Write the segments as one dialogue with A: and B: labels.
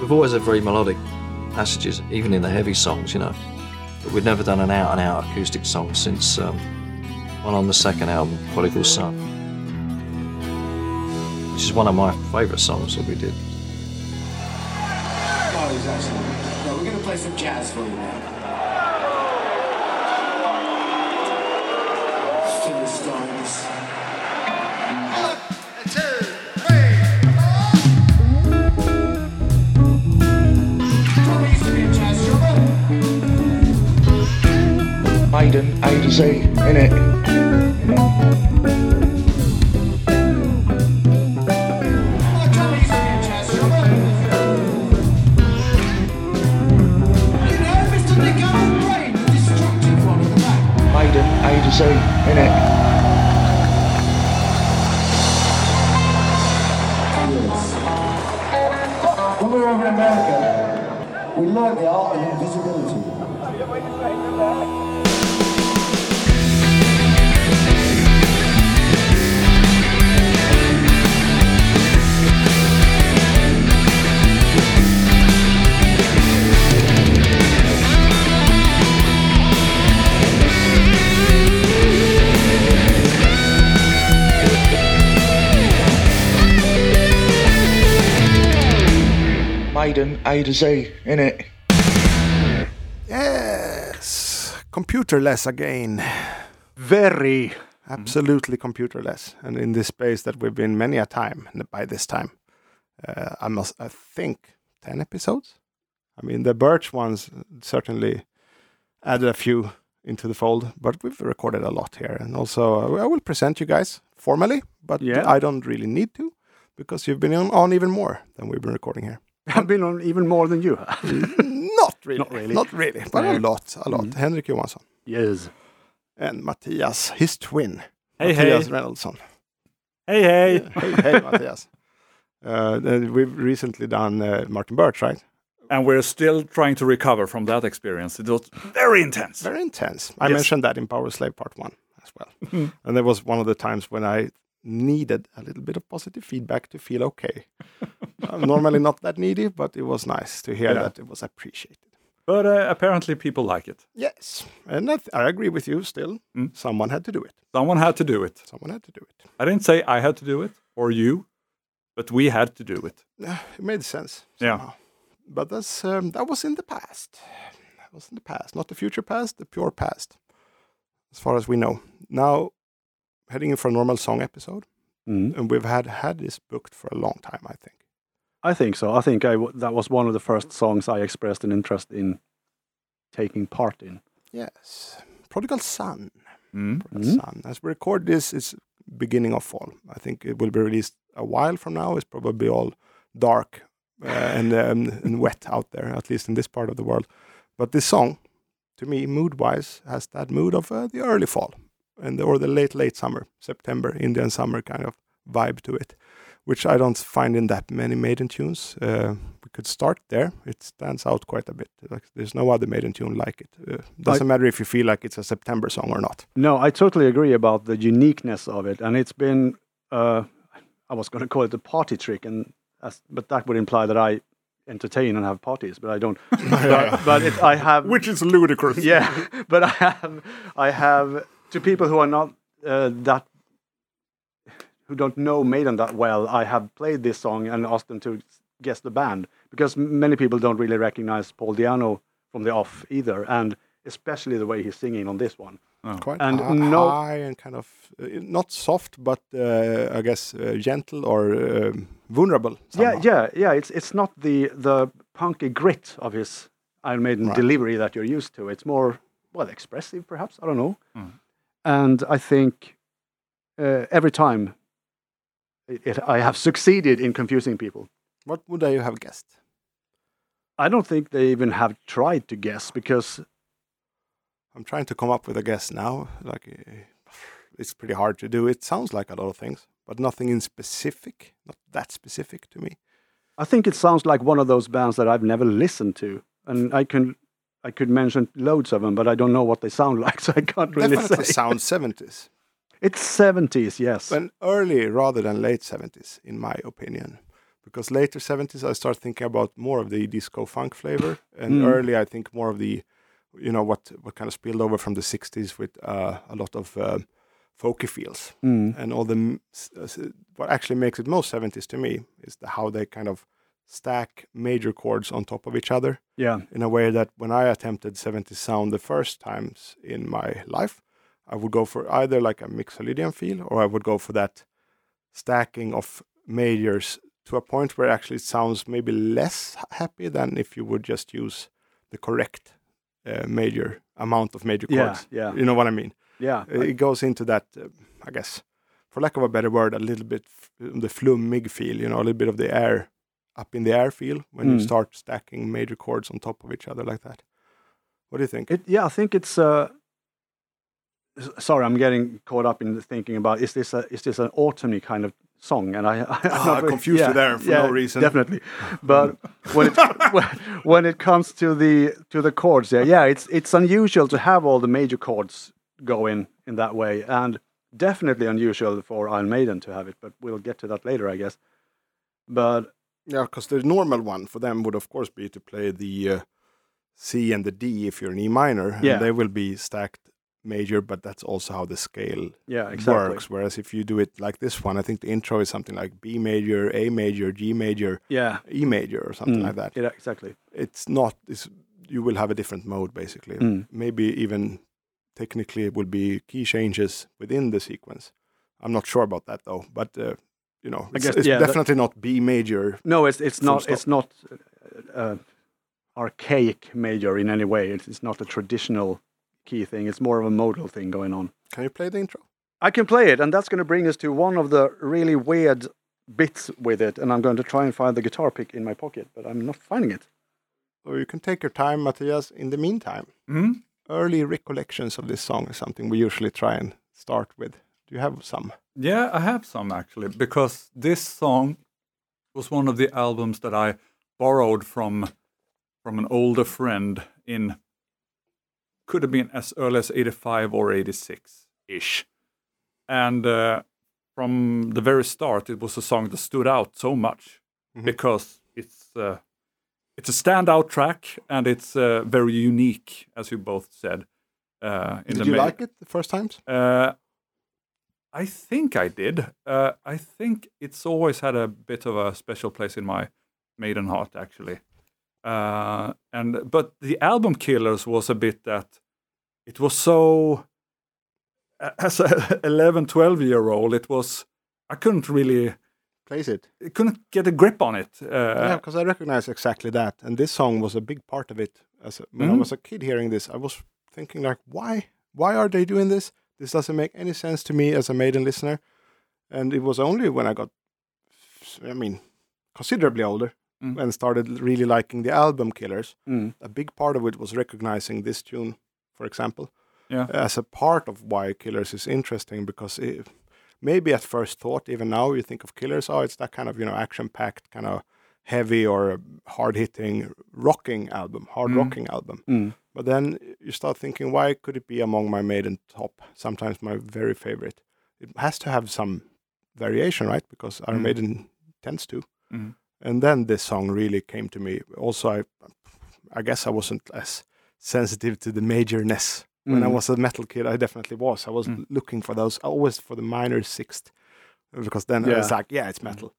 A: We've always had very melodic passages, even in the heavy songs, you know. But we've never done an out and out acoustic song since um, one on the second album, Prodigal Son, which is one of my favourite songs that we did.
B: Oh, he's excellent. No, we're gonna play some jazz for you now. Fill the stones. Tommy used to be a jazz drummer.
C: Maiden, A to Z, innit?
B: Oh, Tommy used to be a jazz drummer. You know, Mr. Nick Allen Brain, the destructive one at the back.
C: Maiden, A to Z, innit?
B: When we were over in America, we learned the art of invisibility.
C: Maiden, A to Z, innit?
D: Yes. Computerless again.
E: Very.
D: Mm-hmm. Absolutely computerless. And in this space that we've been many a time and by this time. Uh, I must, I think, 10 episodes? I mean, the Birch ones certainly added a few into the fold, but we've recorded a lot here. And also, uh, I will present you guys formally, but
E: Yeah.
D: I don't really need to because you've been on, on even more than we've been recording here.
E: I've been on even more than you have.
D: Not really. Mm-hmm.
E: Not really.
D: Not really, but a lot, a lot. Henrik Johansson
E: Yes.
D: and Matthias, his twin,
F: Hey,
D: Matthias
F: hey.
D: Reynoldsson.
F: Hey, hey.
D: hey, hey, Matthias. Uh, then we've recently done uh, Martin Birch, right?
F: And we're still trying to recover from that experience. It was very intense.
D: Very intense. I
F: Yes. Mm-hmm.
D: mentioned that in Power Slave Part 1 as well. and that was one of the times when I needed a little bit of positive feedback to feel okay. I'm normally not that needy, but it was nice to hear
F: Yeah.
D: that it was appreciated.
F: But uh, apparently, people like it.
D: Yes, and I, th- I agree with you still.
F: Mm.
D: Someone had to do it.
F: Someone had to do it.
D: Someone had to do it.
F: I didn't say I had to do it or you, but we had to do it.
D: Yeah, it made sense.
F: Yeah.
D: somehow. But that's um, that was in the past. That was in the past, not the future past, the pure past, as far as we know. Now, heading in for a normal song episode,
E: mm,
D: and we've had had this booked for a long time. I think.
E: I think so. I think I w- that was one of the first songs I expressed an interest in taking part in.
D: Yes, Prodigal Son.
F: Mm.
D: Prodigal Son. As we record this, it's beginning of fall. I think it will be released a while from now. It's probably all dark uh, and um, and wet out there, at least in this part of the world. But this song, to me, mood-wise, has that mood of uh, the early fall and the, or the late late summer, September Indian summer kind of vibe to it, which I don't find in that many Maiden tunes. Uh, we could start there. It stands out quite a bit. Like, there's no other Maiden tune like it. Uh, doesn't matter if you feel like it's a September song or not.
E: No, I totally agree about the uniqueness of it, and it's been. Uh, I was going to call it a party trick, and as, but that would imply that I entertain and have parties, but I don't. but but it, I have.
D: Which is ludicrous.
E: yeah, but I have. I have to people who are not uh, that. Who don't know Maiden that well? I have played this song and asked them to guess the band because many people don't really recognize Paul Diano from the off either, and especially the way he's singing on this one.
D: Quite
E: And
D: hi-
E: no-
D: high and kind of uh, not soft, but uh, I guess uh, gentle or um, vulnerable. somehow.
E: Yeah, yeah, yeah. It's it's not the the punky grit of his Iron Maiden
D: Right.
E: delivery that you're used to. It's more well expressive, perhaps. I don't know.
D: Hmm.
E: And I think uh, every time it, it, I have succeeded in confusing people.
D: What would I have guessed?
E: I don't think they even have tried to guess because
D: I'm trying to come up with a guess now. Like uh, it's pretty hard to do. It sounds like a lot of things, but nothing in specific, not that specific to me.
E: I think it sounds like one of those bands that I've never listened to, and I can. I could mention loads of them, but I don't know what they sound like, so I can't really
D: Definitely
E: say.
D: sound 70s,
E: It's 70s, yes.
D: but early rather than late 70s, in my opinion. because later 70s I start thinking about more of the disco funk flavor and
E: Mm.
D: early I think more of the you know what what kind of spilled over from the 60s with uh, a lot of uh, folky feels
E: Mm.
D: and all the m- s- uh, s- what actually makes it most 70s to me is the, how they kind of stack major chords on top of each other
E: Yeah.
D: in a way that when I attempted 70s sound the first times in my life, I would go for either like a mixolydian feel or I would go for that stacking of majors to a point where actually it sounds maybe less h- happy than if you would just use the correct uh, major amount of major
E: Yeah,
D: chords.
E: yeah.
D: You know what I mean?
E: Yeah.
D: Uh, It goes into that, uh, I guess, for lack of a better word, a little bit f- um, the flummig feel, you know, a little bit of the air up in the air feel when you
E: Mm.
D: start stacking major chords on top of each other like that. What do you think?
E: It, yeah, I think it's. Uh, s- sorry, I'm getting caught up in the thinking about is this a, is this an autumny kind of song? And I, I I'm
D: Ah,
E: not
D: I
E: very-
D: confused you there for no reason.
E: Definitely, but when it when- when it comes to the to the chords, yeah, yeah, it's it's unusual to have all the major chords going in that way, and definitely unusual for Iron Maiden to have it. But we'll get to that later, I guess. But
D: Yeah, because the normal one for them would, of course, be to play the uh, C and the D if you're an E minor.
E: Yeah.
D: And they will be stacked major, but that's also how the scale
E: yeah, exactly.
D: works. Whereas if you do it like this one, I think the intro is something like B major, A major, G major,
E: Yeah,
D: E major, or something like that.
E: Mm. yeah, exactly.
D: it's not it's, you will have a different mode basically
E: Mm.
D: maybe even technically it will be key changes within the sequence i'm not sure about that though but uh, you know it's,
E: guess,
D: it's
E: yeah, that-
D: definitely not b major
E: No, it's it's
D: Full
E: not
D: stop.
E: it's not uh, uh, archaic major in any way. It's, it's not a traditional key thing. It's more of a modal thing going on.
D: can you play the intro
E: I can play it, and that's going to bring us to one of the really weird bits with it. And I'm going to try and find the guitar pick in my pocket, but I'm not finding it.
D: or you can take your time matthias in the meantime
F: Hmm?
D: early recollections of this song is something we usually try and start with do you have some
F: Yeah, I have some actually, because this song was one of the albums that I borrowed from from an older friend in could have been as early as 85 or 86 ish. And uh, from the very start, it was a song that stood out so much
D: Mm-hmm.
F: because it's uh, it's a standout track and it's uh, very unique, as you both said. Uh, in the
D: did you
F: ma-
D: like it the first times
F: uh, I think I did. Uh, I think it's always had a bit of a special place in my maiden heart, actually. Uh, and but the album Killers was a bit that it was so as a 11, 12 year old, it was I couldn't really
D: plays it
F: I couldn't get a grip on it.
D: yeah,
F: Uh,
D: because I recognize exactly that, and this song was a big part of it. As a, when I
F: Mhm.
D: was a kid hearing this, I was thinking like, why? Why are they doing this? This doesn't make any sense to me as a Maiden listener. And it was only when I got, I mean, considerably older
F: Mm.
D: and started really liking the album Killers.
E: Mm.
D: A big part of it was recognizing this tune, for example,
F: Yeah.
D: as a part of why Killers is interesting because it, maybe at first thought, even now, you think of Killers, oh, it's that kind of you know action-packed kind of heavy or hard-hitting rocking album, hard
F: Mm.
D: rocking album.
E: Mm.
D: But then you start thinking, why could it be among my maiden top? Sometimes my very favorite. It has to have some variation, right? Because Iron
F: Mm.
D: Maiden tends to.
F: Mm.
D: And then this song really came to me. Also, I, I guess I wasn't as sensitive to the majorness when I
E: Mm.
D: was a metal kid. I definitely was. I was
F: Mm.
D: looking for those always for the minor sixth, because then I
E: Yeah.
D: was like, yeah, it's metal.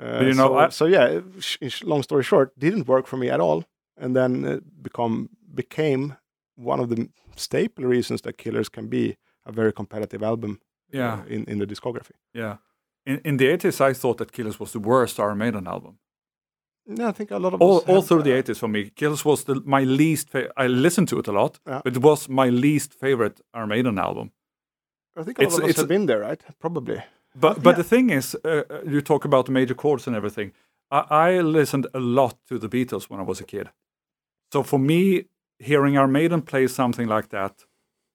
D: Uh,
F: But you know,
D: so,
F: I-
D: so yeah. Sh- sh- long story short, didn't work for me at all, and then it become became one of the m- staple reasons that Killers can be a very competitive album uh,
F: yeah,
D: in in the discography.
F: yeah. In, in the 80s, I thought that Killers was the worst Iron Maiden album.
D: Yeah, I think a lot of
F: all,
D: us
F: all
D: have uh,
F: through the
D: that.
F: 80s for me. Kills was the, my least favorite. I listened to it a lot,
D: Yeah.
F: but it was my least favorite Iron Maiden album.
D: I think a lot
F: it's-
D: of us
F: it's-
D: have been there, right? Probably.
F: But but the thing is, uh, uh, you talk about the major chords and everything. I, I listened a lot to the Beatles when I was a kid. So for me, hearing Iron Maiden play something like that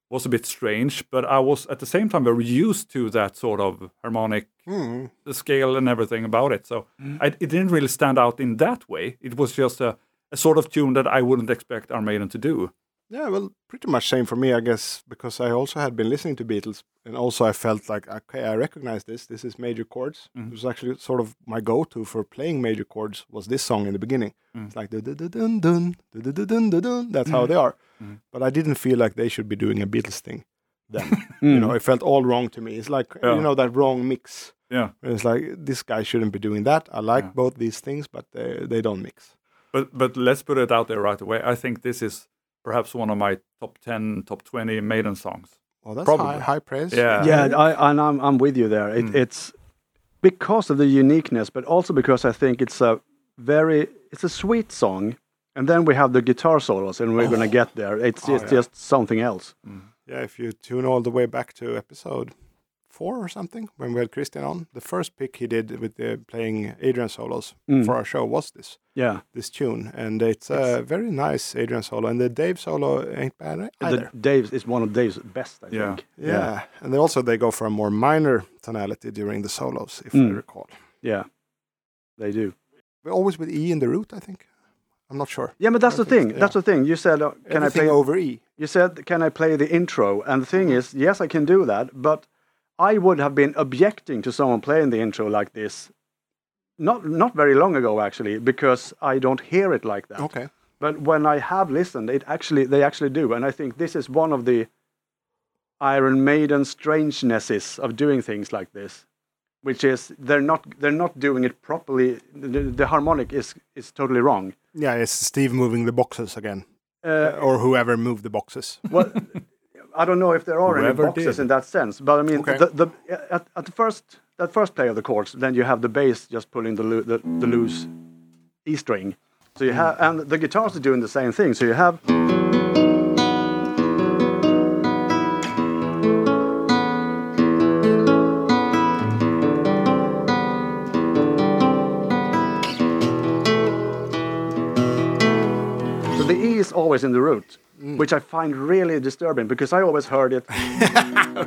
F: was a bit strange, but I was at the same time very used to that sort of harmonic
D: Mm.
F: the scale and everything about it. So I, it didn't really stand out in that way. It was just a, a sort of tune that I wouldn't expect Iron Maiden to do.
D: Yeah, well, pretty much same for me, I guess, because I also had been listening to Beatles, and also I felt like, okay, I recognize this. This is major chords.
F: Mhm.
D: It was actually sort of my go-to for playing major chords was this song in the beginning.
F: Mm.
D: It's like dun dun dun dun dun dun dun dun. That's how they are.
F: Mhm.
D: But I didn't feel like they should be doing a Beatles thing. Then
E: Mm.
D: you know, it felt all wrong to me. It's like
F: Yeah.
D: you know that wrong mix.
F: Yeah,
D: It's like this guy shouldn't be doing that. I like
F: Yeah.
D: both these things, but they they don't mix.
F: but but let's put it out there right away. I think this is perhaps one of my top ten, top twenty Maiden songs.
D: Well, that's
F: Probably.
D: high, high praise.
F: Yeah.
E: yeah, I, and I'm, I'm with you there. It,
D: Hmm.
F: Mm.
E: It's because of the uniqueness, but also because I think it's a very it's a sweet song. And then we have the guitar solos, and we're gonna get there. It's
D: Oh,
E: it's
D: yeah.
E: just something else.
D: Yeah, if you tune all the way back to episode four or something, when we had Christian on, the first pick he did with the playing Adrian solos
E: Mm.
D: for our show was this
E: Yeah,
D: this tune, and it's a very nice Adrian solo, and the Dave solo ain't bad e-, either.
E: the Dave's is one of Dave's best. I
F: Yeah.
E: think.
D: yeah. and they also they go for a more minor tonality during the solos, if I
E: Mm.
D: recall.
E: yeah, they do.
D: We're always with E in the root, I think. I'm not sure.
E: Yeah, but that's the
D: I think
E: thing.
D: so,
E: That's the thing. You said, uh, "Can
D: Everything
E: I play?"
D: over E?
E: You said, "Can I play the intro?" And the thing is, yes, I can do that, but I would have been objecting to someone playing the intro like this, not not very long ago actually, because I don't hear it like that.
D: Okay.
E: But when I have listened, it actually they actually do, and I think this is one of the Iron Maiden strangenesses of doing things like this, which is they're not they're not doing it properly. The, the harmonic is is totally wrong.
D: Yeah, it's Steve moving the boxes again,
E: Uh,
D: or whoever moved the boxes.
E: well, I don't know if there are
F: Whoever
E: any boxes
F: did.
E: in that sense, but I mean,
D: Okay.
E: the, the, at, at the first that first play of the chords, then you have the bass just pulling the, loo- the, the loose E string. So you have, and the guitars are doing the same thing. So you have. So the E is always in the root, which I find really disturbing because I always heard it.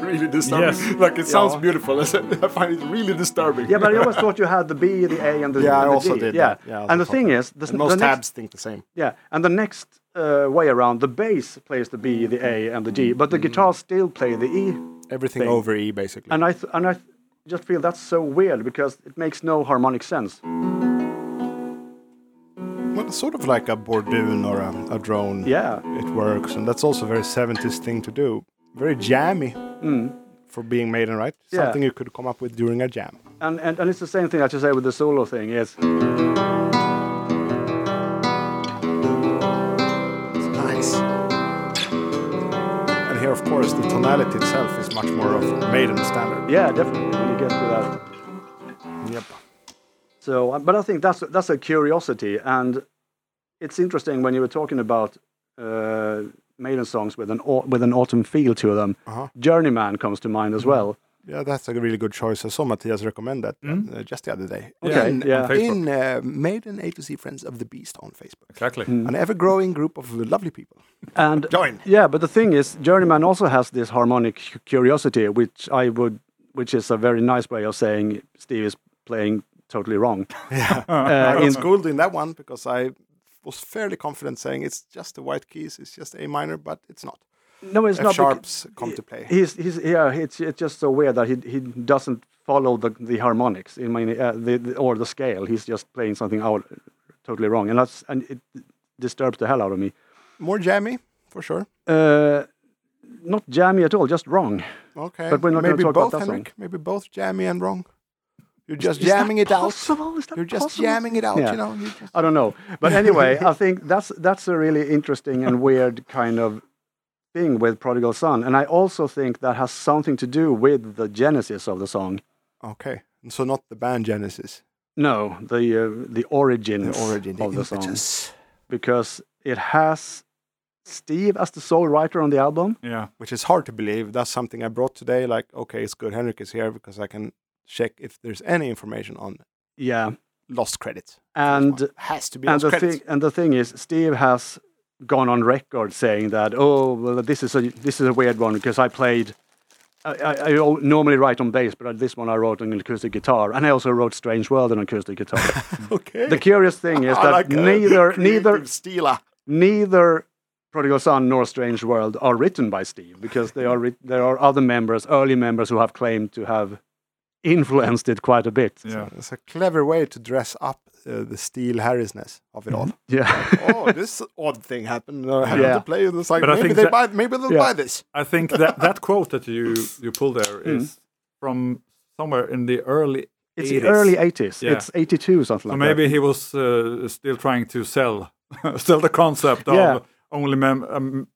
D: really disturbing.
F: Yes.
D: Like it sounds
E: Yeah.
D: beautiful. I said- I find it really disturbing.
E: Yeah, but I always thought you had the B, the A, and the
D: Yeah, I
E: and the
D: also
E: D.
D: did
E: Yeah,
D: that. Yeah, I also
E: and the
D: thought
E: thing
D: that.
E: is, the,
D: And most
E: the next,
D: tabs think the same.
E: Yeah, and the next uh, way around, the bass plays the B, the A, and the G, but
D: Mm.
E: the guitars still play the E.
D: Everything
E: Thing.
D: over E basically.
E: And I th- and I th- just feel that's so weird because it makes no harmonic sense.
D: well, sort of like a Bordoon or a, a drone.
E: Yeah,
D: It works, and that's also a very 70s thing to do. Very jammy for being Maiden, right?
E: Mm. Yeah.
D: Something you could come up with during a jam.
E: and and, and it's the same thing that you say with the solo thing. Is
D: It's nice. And here, of course, the tonality itself is much more of Maiden standard.
E: yeah, definitely when you get to that.
D: Yep.
E: So, uh, but I think that's that's a curiosity, and it's interesting when you were talking about uh, Maiden songs with an au- with an autumn feel to them.
D: Uh-huh. Mm-hmm.
E: Journeyman comes to mind as well.
D: Yeah, that's a really good choice. I saw Matthias recommend that uh, just the other day.
E: Mm. Okay,
D: In,
E: yeah.
D: in uh, Maiden A to Z Friends of the Beast on Facebook.
F: Exactly.
E: Mm.
D: An ever growing group of lovely people.
E: And
D: Join.
E: yeah, but the thing is, Journeyman also has this harmonic cu- curiosity, which I would, which is a very nice way of saying Steve is playing totally wrong.
D: I
E: Yeah,
D: got
E: in-
D: schooled in that one because I was fairly confident saying it's just the white keys, it's just A minor, but it's not.
E: no, it's
D: F
E: not. bec-
D: sharps come to play.
E: He's, he's, yeah, it's, it's just so weird that he, he doesn't follow the, the harmonics in my, uh, the, the, or the scale. He's just playing something out totally wrong. And, that's, and it disturbs the hell out of me.
D: More jammy, for sure.
E: Uh, not jammy at all, just wrong.
D: Okay.
E: But we're not gonna
D: Maybe
E: talk about
D: both,
E: that song.
D: Henrik. Maybe both jammy and wrong. You're just
E: that
D: jamming it out.
E: possible? Is that
D: You're just
E: possible?
D: jamming it out,
E: Yeah.
D: you know. you just-
E: I don't know. But anyway, I think that's that's a really interesting and weird kind of thing with Prodigal Son. And I also think that has something to do with the genesis of the song.
D: Okay. So not the band Genesis.
E: No, the uh, the origins
D: The origin, the
E: of the song.
D: impetus,
E: Because it has Steve as the sole writer on the album.
F: Yeah.
D: which is hard to believe. That's something I brought today. Like, okay, it's good Henrik is here because I can check if there's any information on
E: Yeah.
D: lost credits.
E: And
D: has to be lost
E: and the
D: credits.
E: thing and the thing is Steve has gone on record saying that oh well this is a this is a weird one because I played I, I, I al- normally write on bass but this one I wrote on an acoustic guitar and I also wrote Strange World on acoustic guitar.
D: okay.
E: the curious thing is
D: I
E: that
D: like, uh,
E: neither
D: creative
E: neither
D: Stealer.
E: neither Prodigal Son nor Strange World are written by Steve because they are writ- there are other members, early members who have claimed to have influenced it quite a bit.
F: Yeah.
D: It's a clever way to dress up uh, the Steel Harrisness of it all.
E: Yeah.
D: oh, this odd thing happened. I have
E: Mm-hmm. Yeah.
D: to play. It's like
F: But I
D: maybe
F: think
D: they
F: that-
D: buy. Maybe they'll
E: Yeah.
D: buy this.
F: I think that that quote that you you pull there is from somewhere in the early
E: Mm. It's
F: 80s.
E: early 80s.
F: Yeah.
E: It's 82, something
F: So
E: like
F: maybe he was uh, still trying to sell sell the concept
E: Yeah.
F: of only mem- um,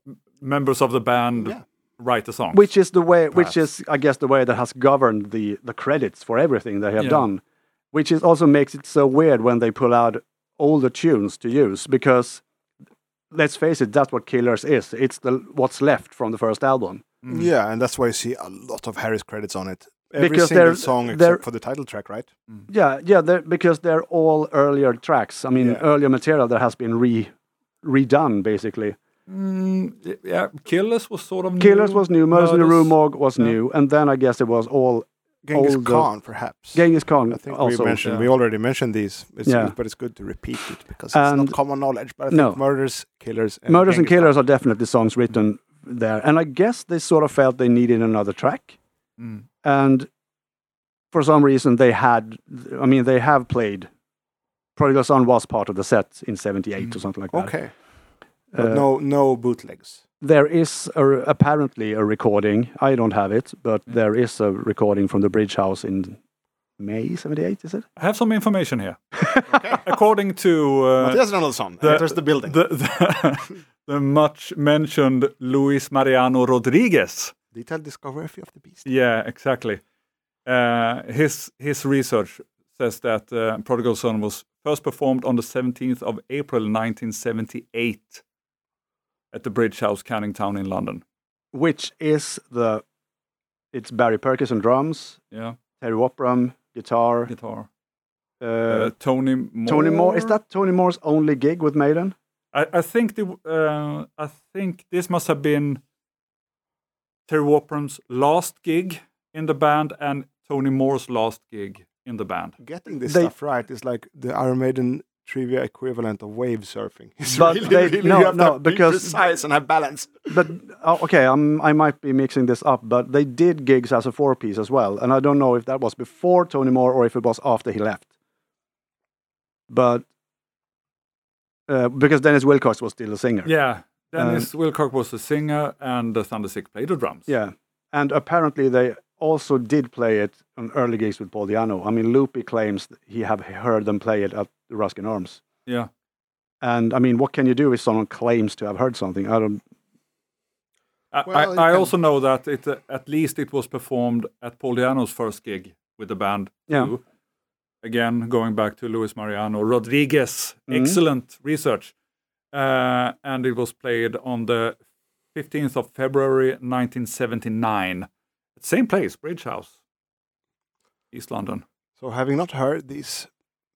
F: members of the band write the songs.
E: that. Which is the way, which is, I guess, the way that has governed the, the credits for everything they have
F: Yeah.
E: done, which is also makes it so weird when they pull out all the tunes to use because let's face it, that's what Killers is. It's the what's left from the first album.
D: Yeah, and that's why you see a lot of Harris credits on it. Every
E: Because
D: single
E: they're-
D: song except
E: they're-
D: for the title track, right?
E: Yeah, yeah, they're, because they're all earlier tracks. I mean,
D: Yeah.
E: earlier material that has been re redone basically.
F: Mm, yeah, Killers was sort
D: Mm.
F: of
E: Killers
F: new.
E: was new, Murders in the Rue
F: Murders-
E: Morgue was new, and then I guess it was all
D: Genghis
E: Older-
D: Khan, perhaps.
E: Genghis Khan.
D: I think
E: also.
D: we mentioned.
F: yeah.
D: We already mentioned these. It's,
E: Yeah.
D: but it's good to repeat it because it's
E: And-
D: not common knowledge. But I think
E: No.
D: murders, killers, and
E: Murders
D: Genghis
E: and
D: Khan.
E: Killers are definitely songs written there. And I guess they sort of felt they needed another track.
F: Mm.
E: And for some reason, they had, I mean, they have played. Prodigal Son was part of the set in 78 or something like that.
D: Mm. Okay,
E: Uh,
D: but no, no bootlegs.
E: There is a, apparently a recording. I don't have it, but there is a recording from the Bridge House in May 78, is it?
F: I have some information here. According to uh,
D: Matthias Donaldson
F: the-
D: enters the building.
F: the, the, the much mentioned Luis Mariano Rodriguez.
D: Detailed discography of the beast.
F: Yeah, exactly. Uh, his his research says that uh, Prodigal Son was first performed on the 17th of April 1978 at the Bridge House, Canning Town in London.
E: Which is the, it's Barry Perkins on drums,
F: Yeah,
E: Terry Wopram guitar,
F: guitar.
E: uh,
F: Uh, Tony Moore.
E: Tony Moore. Is that Tony Moore's only gig with Maiden?
F: I, I think the uh, I think this must have been Terry Wapram's last gig in the band and Tony Moore's last gig in the band.
D: Getting this
E: They-
D: stuff right is like the Iron Maiden trivia equivalent of wave surfing. It's
E: But
D: really,
E: they-
D: really,
E: no,
D: you have
E: no,
D: to be
E: because-
D: precise and have balance.
E: But oh, okay, I'm, I might be mixing this up, but they did gigs as a four piece as well. And I don't know if that was before Tony Moore or if it was after he left. But uh, because Dennis Wilcox was still a singer.
F: Yeah, Dennis Wilcock was the singer and the Thunder Sick played the drums.
E: Yeah. And apparently they also did play it on early gigs with Paul Diano. I mean, Loopy claims that he have heard them play it at the Ruskin Arms.
F: yeah.
E: And I mean, what can you do if someone claims to have heard something? I don't.
F: I,
D: Well, you
F: I, I
D: can-
F: also know that it uh, at least it was performed at Paul Diano's first gig with the band.
E: Yeah.
F: too. Again, going back to Luis Mariano Rodriguez,
E: Mhm.
F: excellent research, uh, and it was played on the fifteenth of February, nineteen seventy nine, same place, Bridge House, East London.
D: So, having not heard these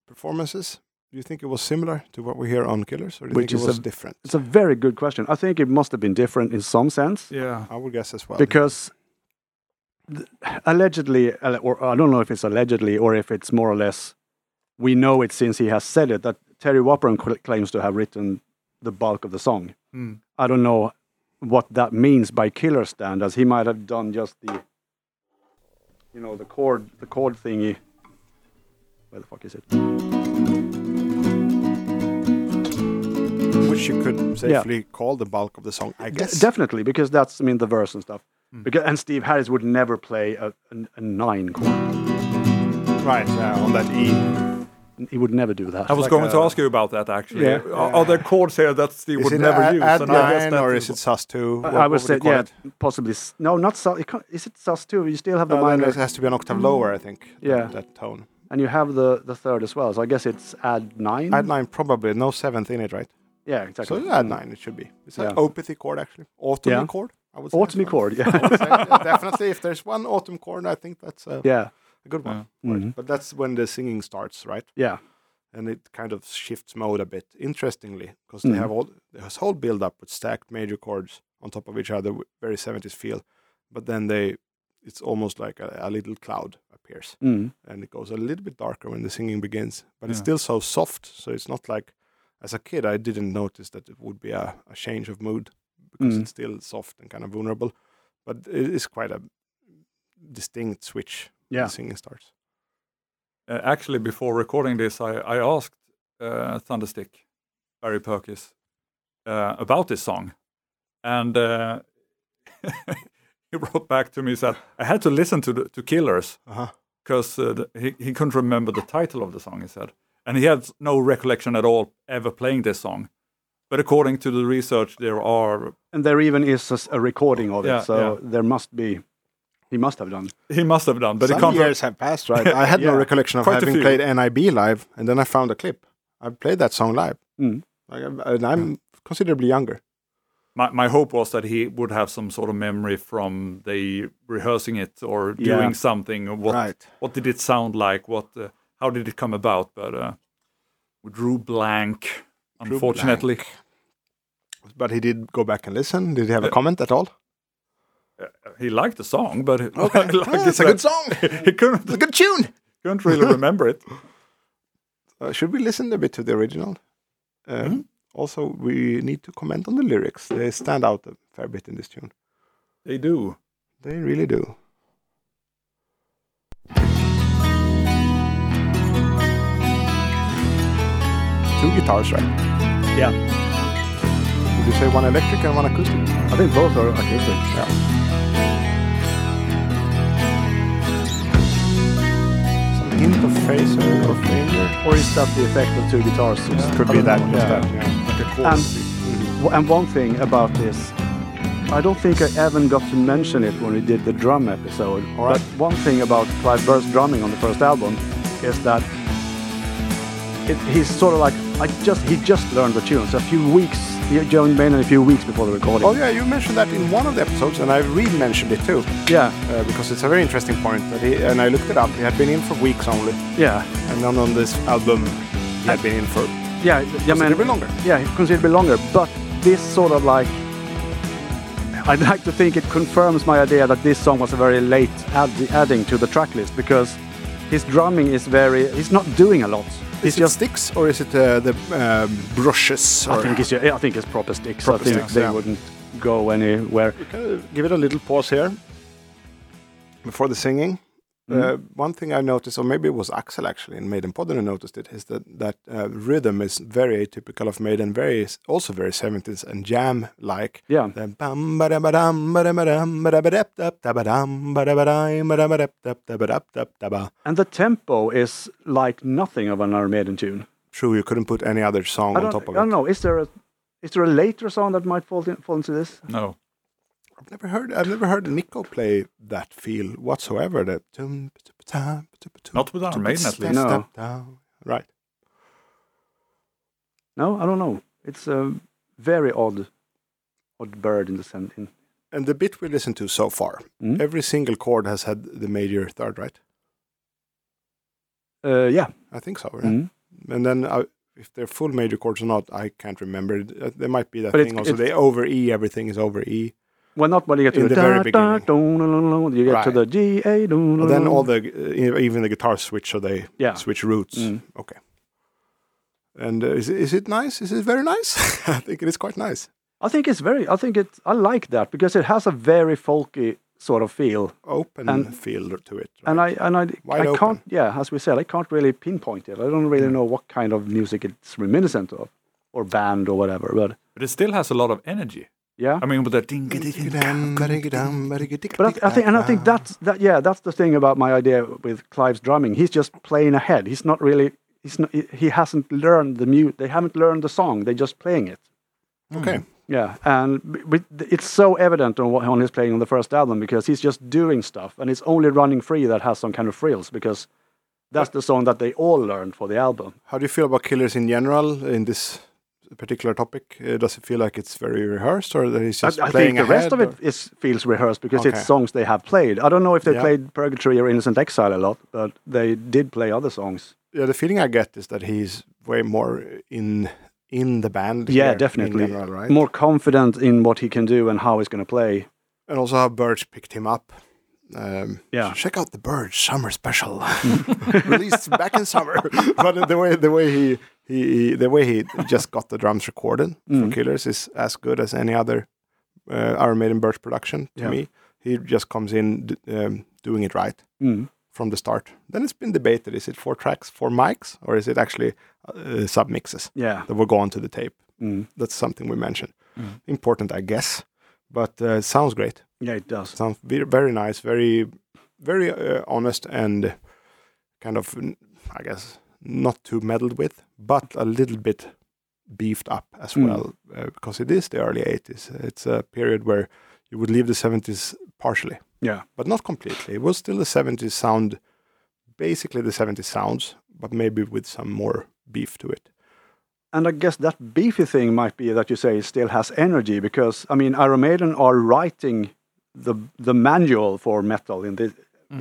D: performances, do you think it was similar to what we hear on Killers, or do you
E: Which
D: think
E: is
D: it was
E: a-
D: different?
E: It's a very good question. I think it must have been different in some sense
F: Yeah,
D: I would guess as well.
E: because th- allegedly, alle- or I don't know if it's allegedly or if it's more or less, we know it since he has said it that Terry Wapram cl- claims to have written the bulk of the song.
D: Hmm.
F: Mm.
E: I don't know what that means by killer standards. He might have done just the, you know, the chord, the chord thingy. Where the fuck is it?
D: which you could safely call the bulk of the song, I
E: De-
D: guess. Hmm.
E: definitely, because that's I mean the verse and stuff. Because, and Steve Harris would never play a, a, a nine chord.
D: right, yeah, on that E.
E: He would never do that.
F: I was going to ask you about that actually.
E: Yeah.
F: Are, are there chords here that Steve
D: Is
F: would
D: it
F: never
D: a-
F: use?
D: add
F: And I guess
D: nine,
F: that
D: or
F: is
D: is it sus2?
E: I- I would say, yeah, possibly. s- No, not sus. it can't- Is it sus two? You still have the minor,
D: it has to be an octave lower, I think. that-
E: Yeah.
D: that tone.
E: and you have the the third as well. So I guess it's add nine.
D: Add nine, probably no seventh in it, right?
E: yeah, exactly.
D: So add nine, it should be. It's an
E: Yeah.
D: opathy chord actually. Autumn
E: Yeah.
D: chord, I would say. as
E: Autumn
D: well.
E: chord.
D: I
E: Yeah,
D: would say, yeah, definitely, if there's one autumn chord, I think that's a,
E: yeah,
D: a good one.
E: Yeah.
D: Right.
E: Mhm.
D: But that's when the singing starts, right?
E: yeah.
D: and it kind of shifts mode a bit. Interestingly, because
E: Mm-hmm.
D: they have all this whole build up with stacked major chords on top of each other, with very 70s feel. But then they, it's almost like a, a little cloud appears,
E: Mm.
D: and it goes a little bit darker when the singing begins. But it's
F: Yeah.
D: still so soft, so it's not like as a kid, I didn't notice that it would be a, a change of mood because
E: Mm.
D: it's still soft and kind of vulnerable. But it is quite a distinct switch when
E: Yeah.
D: the singing starts.
F: Uh, actually, before recording this, I, I asked uh, Thunderstick, Barry Perkis, uh, about this song. And uh, he wrote back to me said, I had to listen to, the, to Killers
D: Uh-huh.
F: because uh, the- he, he couldn't remember the title of the song, he said. And he had no recollection at all ever playing this song. But according to the research, there are.
E: And there even is a, s- a recording of it,
F: Yeah,
E: so
F: yeah.
E: there must be. He must have done.
F: He must have done, but it
D: Some
F: can't.
D: years have passed, right? I had no
E: Yeah.
D: recollection of
F: Quite a
D: having
F: few.
D: played NIB live, and then I found a clip. I played that song live.
E: Mm.
D: Like, I'm- and I'm considerably younger.
F: my, my hope was that he would have some sort of memory from the rehearsing it or
E: Yeah.
F: doing something. Or what
D: Right.
F: what did it sound like? What uh, how did it come about? But uh, we drew blank, unfortunately.
D: But he did go back and listen. Did he have a
F: Uh,
D: comment at all?
F: He liked the song, but like
D: Ah,
F: he
D: it's a
F: said,
D: good song.
F: He couldn't
D: It's a good tune.
F: couldn't really remember it.
D: Uh, should we listen a bit to the original? Um,
F: Mm-hmm.
D: Also, we need to comment on the lyrics. They stand out a fair bit in this tune.
F: They do.
D: They really do. Two guitars, right?
E: Yeah,
D: Would you say one electric and one acoustic?
E: I think both are acoustic.
D: Some hint of phaser or failure.
E: Or is that the effect of two guitars?
D: Could be that, just
E: Yeah.
D: that. Yeah.
F: Like a chord.
E: And, and one thing about this, I don't think I even got to mention it when we did the drum episode.
D: Alright.
E: But one thing about Clive Burr's drumming on the first album is that it, he's sort of like I just he just learned the tunes a few weeks. He joined Maynard a few weeks before the recording.
D: Oh yeah, you mentioned that in one of the episodes, and I re-mentioned it too,
E: yeah,
D: uh, because it's a very interesting point. That he, and I looked it up. He had been in for weeks only,
E: yeah,
D: and then on this album, he had been in for
E: yeah. yeah man,
D: considerably longer.
E: yeah, it's considerably longer. But this sort of like, I'd like to think it confirms my idea that this song was a very late add, adding to the track list because his drumming is very, he's not doing a lot. He's
D: Is it
E: just,
D: sticks or is it uh, the um, brushes?
E: I
D: or-
E: think it's, I think it's proper sticks.
D: Proper
E: I think
D: sticks,
E: they
D: yeah.
E: wouldn't go anywhere.
D: Can I give it a little pause here before the singing.
E: Mm-hmm.
D: Uh, one thing I noticed, or maybe it was Axel actually in Maiden Podden who noticed it, is that that uh, rhythm is very atypical of Maiden, very also very seventies and jam like.
E: Yeah.
D: The bam ba da ba dam ba da ba dam ba da ba dap dap da ba dam ba da ba dam ba da ba dap dap da ba dap dap da ba.
E: And the tempo is like nothing of an Iron Maiden tune.
D: True, you couldn't put any other song
E: I
D: on
E: don't,
D: top
E: I
D: of
E: don't
D: it.
E: know. Is there a is there a later song that might fall, in, fall into this?
F: no,
D: I've never heard I've never heard Nico play that feel whatsoever. That
F: not with Iron Maiden at least.
E: No.
D: Right.
E: No, I don't know. It's a very odd, odd bird in the sen- in
D: And the bit we listened to so far,
E: Mm.
D: every single chord has had the major third, right?
E: Uh, yeah.
D: I think so. Right? And then uh, if they're full major chords or not, I can't remember. Th- uh, There might be that
E: But it's-
D: thing also.
E: it's-
D: They over E, everything is over E.
E: Well, not when you get to
D: In the very beginning.
E: dun, dun, dun, dun, you get to
D: Right.
E: the G A. Dun,
D: But
E: dun,
D: then
E: dun.
D: all the, uh, even the guitars switch, so they
E: Yeah.
D: switch roots.
E: Mm.
D: Okay. And uh, is, is it nice? Is it very nice? I think it is quite nice.
E: I think it's very. I think it. I like that because it has a very folky sort of feel,
D: Open
E: And-
D: feel to it. Right?
E: and I and I
D: Wide
E: I
D: open.
E: can't. Yeah, as we said, I can't really pinpoint it. I don't really know what kind of music it's reminiscent of, or band or whatever. But
F: but it still has a lot of energy.
E: yeah.
F: I mean, with that ding, ding, ding,
E: But I, I think, and I think that's that. Yeah, that's the thing about my idea with Clive's drumming. He's just playing ahead. He's not really. He's not. He he hasn't learned the mute. They haven't learned the song. They're just playing it.
D: Okay.
E: Yeah, and b- but it's so evident on what on his playing on the first album because he's just doing stuff, and it's only "Running Free" that has some kind of frills because that's the song that they all learned for the album.
D: How do you feel about killers in general in this particular topic? Uh, does it feel like it's very rehearsed or that it's
E: I,
D: just
E: I
D: playing
E: think the rest of
D: ahead,
E: it is feels rehearsed because
D: Okay.
E: it's songs they have played. I don't know if they
D: Yeah.
E: played "Purgatory" or "Innocent Exile" a lot, but they did play other songs.
D: or- yeah, the feeling I get is that he's way more in in the band.
E: Yeah,
D: here in
E: definitely.
D: general, right?
E: More confident in what he can do and how he's going to play.
D: and also how Birch picked him up. Um,
E: Yeah.
D: check out the Birch summer special, released back in summer. but the way the way he he, he the way he just got the drums recorded
E: Mm.
D: for Killers is as good as any other uh, Iron Maiden Birch production to
E: Yeah.
D: me. He just comes in d- um, doing it right
E: Mm.
D: from the start. Then it's been debated: is it four tracks, four mics, or is it actually uh, sub mixes
E: Yeah.
D: that will go onto the tape?
E: Mm.
D: That's something we mentioned. Important, I guess, but uh, it sounds great.
E: Yeah, it does.
D: Sounds ve- very nice, very, very uh, honest, and kind of, n- I guess, not too meddled with, but a little bit beefed up as
E: Mm.
D: well, uh, because it is the early 80s. It's a period where you would leave the 70s partially,
E: Yeah.
D: but not completely. It was still the 70s sound, basically the 70s sounds, but maybe with some more beef to it.
E: And I guess that beefy thing might be that you say it still has energy because I mean Iron Maiden are writing the the manual for metal in this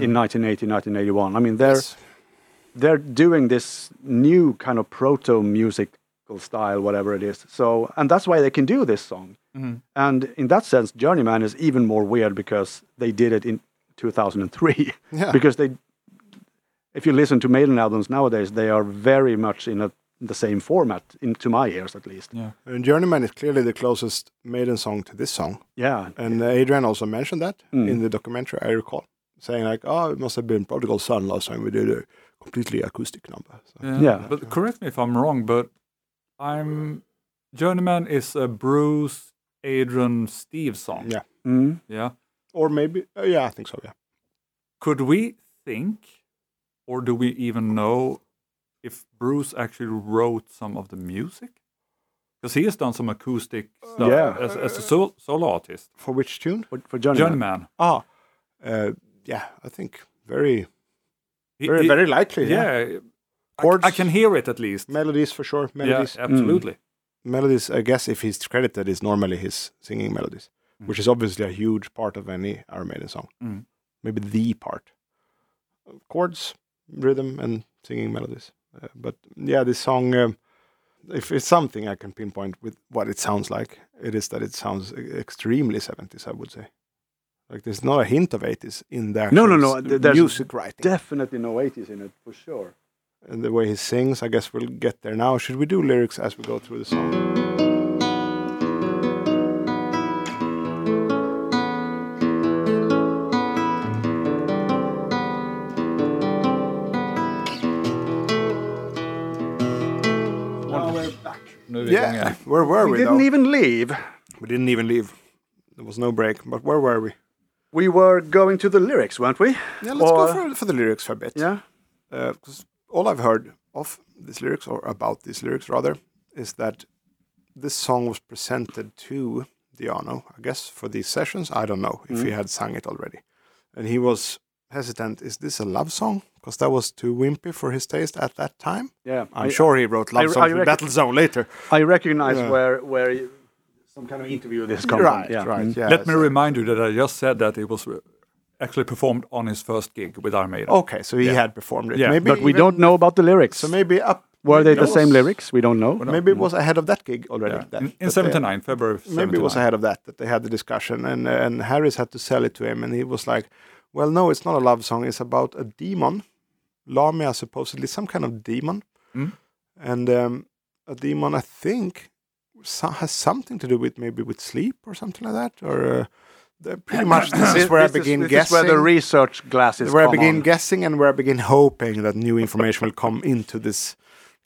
E: in 1980 1981. I mean they're
D: Mm-hmm. Yes.
E: they're doing this new kind of proto musical style whatever it is. So and that's why they can do this song.
D: Mm-hmm.
E: And in that sense Journeyman is even more weird because they did it in 2003
D: Yeah.
E: because they if you listen to Maiden albums nowadays they are very much in a the same format in, to my ears at least.
D: And Journeyman is clearly the closest Maiden song to this song.
E: Yeah,
D: And uh, Adrian also mentioned that
E: Mm.
D: in the documentary, I recall, saying like, "Oh, it must have been Prodigal Son last time we did a completely acoustic number." So,
E: Yeah.
F: But correct me if I'm wrong, but I'm Journeyman is a Bruce Adrian Steve song.
D: Yeah.
E: Mm.
F: Yeah.
D: Or maybe, uh, yeah, I think so. Yeah,
F: Could we think, or do we even know, if Bruce actually wrote some of the music? Because he has done some acoustic
D: Uh,
F: stuff
E: Yeah.
F: as, as a sol- solo artist.
D: for which tune?
E: For, for Johnny.
F: Journeyman.
D: Ah, uh, yeah, I think very,
F: He-
D: very,
F: he-
D: very likely.
F: Yeah.
D: Chords.
F: I, I can hear it at least.
D: melodies for sure.
F: Yeah,
D: Melodies, Mm.
F: absolutely.
D: melodies. I guess if he's credited, is normally his singing melodies,
E: Mm.
D: which is obviously a huge part of any Iron Maiden song.
F: Mm.
D: Maybe the part. Chords, rhythm, and singing melodies. Uh, but yeah, this song, um, if it's something I can pinpoint with what it sounds like, it is that it sounds e- extremely 70s, I would say. Like there's not a hint of 80s in there.
E: No, no, no, uh, th- there's
D: music writing.
E: Definitely no 80s in it, for sure.
D: and the way he sings, I guess we'll get there now. Should we do lyrics as we go through the song? Yeah, where were we?
E: We didn't
D: though?
E: even leave.
D: we didn't even leave. There was no break. But where were we?
E: We were going to the lyrics, weren't we?
D: Yeah, let's
E: Or-
D: go for, for the lyrics for a bit.
E: Yeah.
D: because all I've heard of these lyrics, or about these lyrics rather, is that this song was presented to Diano, I guess, for these sessions. I don't know if he had sung it already. And he was hesitant is this a love song? Because that was too wimpy for his taste at that time.
E: Yeah.
D: I'm
E: I-
D: sure he wrote
E: I-
D: love
E: I
D: songs with
E: reckon-
D: Battle Zone later.
E: I recognize
D: Yeah.
E: where where you- some kind of interview this comes
D: right,
E: from. Yeah.
D: right.
E: Mm.
D: Yeah,
F: Let me
D: so-
F: remind you that I just said that it was uh, actually performed on his first gig with Armada.
D: Okay, so he had performed it.
F: Yeah,
D: maybe
E: But we
D: even-
E: don't know about the lyrics.
D: So maybe up.
E: were they
D: maybe
E: the
D: it
E: same
D: was-
E: lyrics? We don't know.
D: Maybe it was ahead of that gig already.
F: Yeah.
D: that-
F: in, in
D: that they-
F: 79, February
D: uh, maybe it was
F: 79.
D: ahead of that that they had the discussion and and Harris had to sell it to him and he was like well no it's not a love song it's about a demon Lamia supposedly some kind of demon
F: Mm.
D: and um, a demon I think so, has something to do with maybe with sleep or something like that or uh, the- pretty much this is where I begin
E: this
D: guessing
E: Is where the research glasses
D: where I
E: come
D: begin
E: on.
D: guessing and where I begin hoping that new information will come into this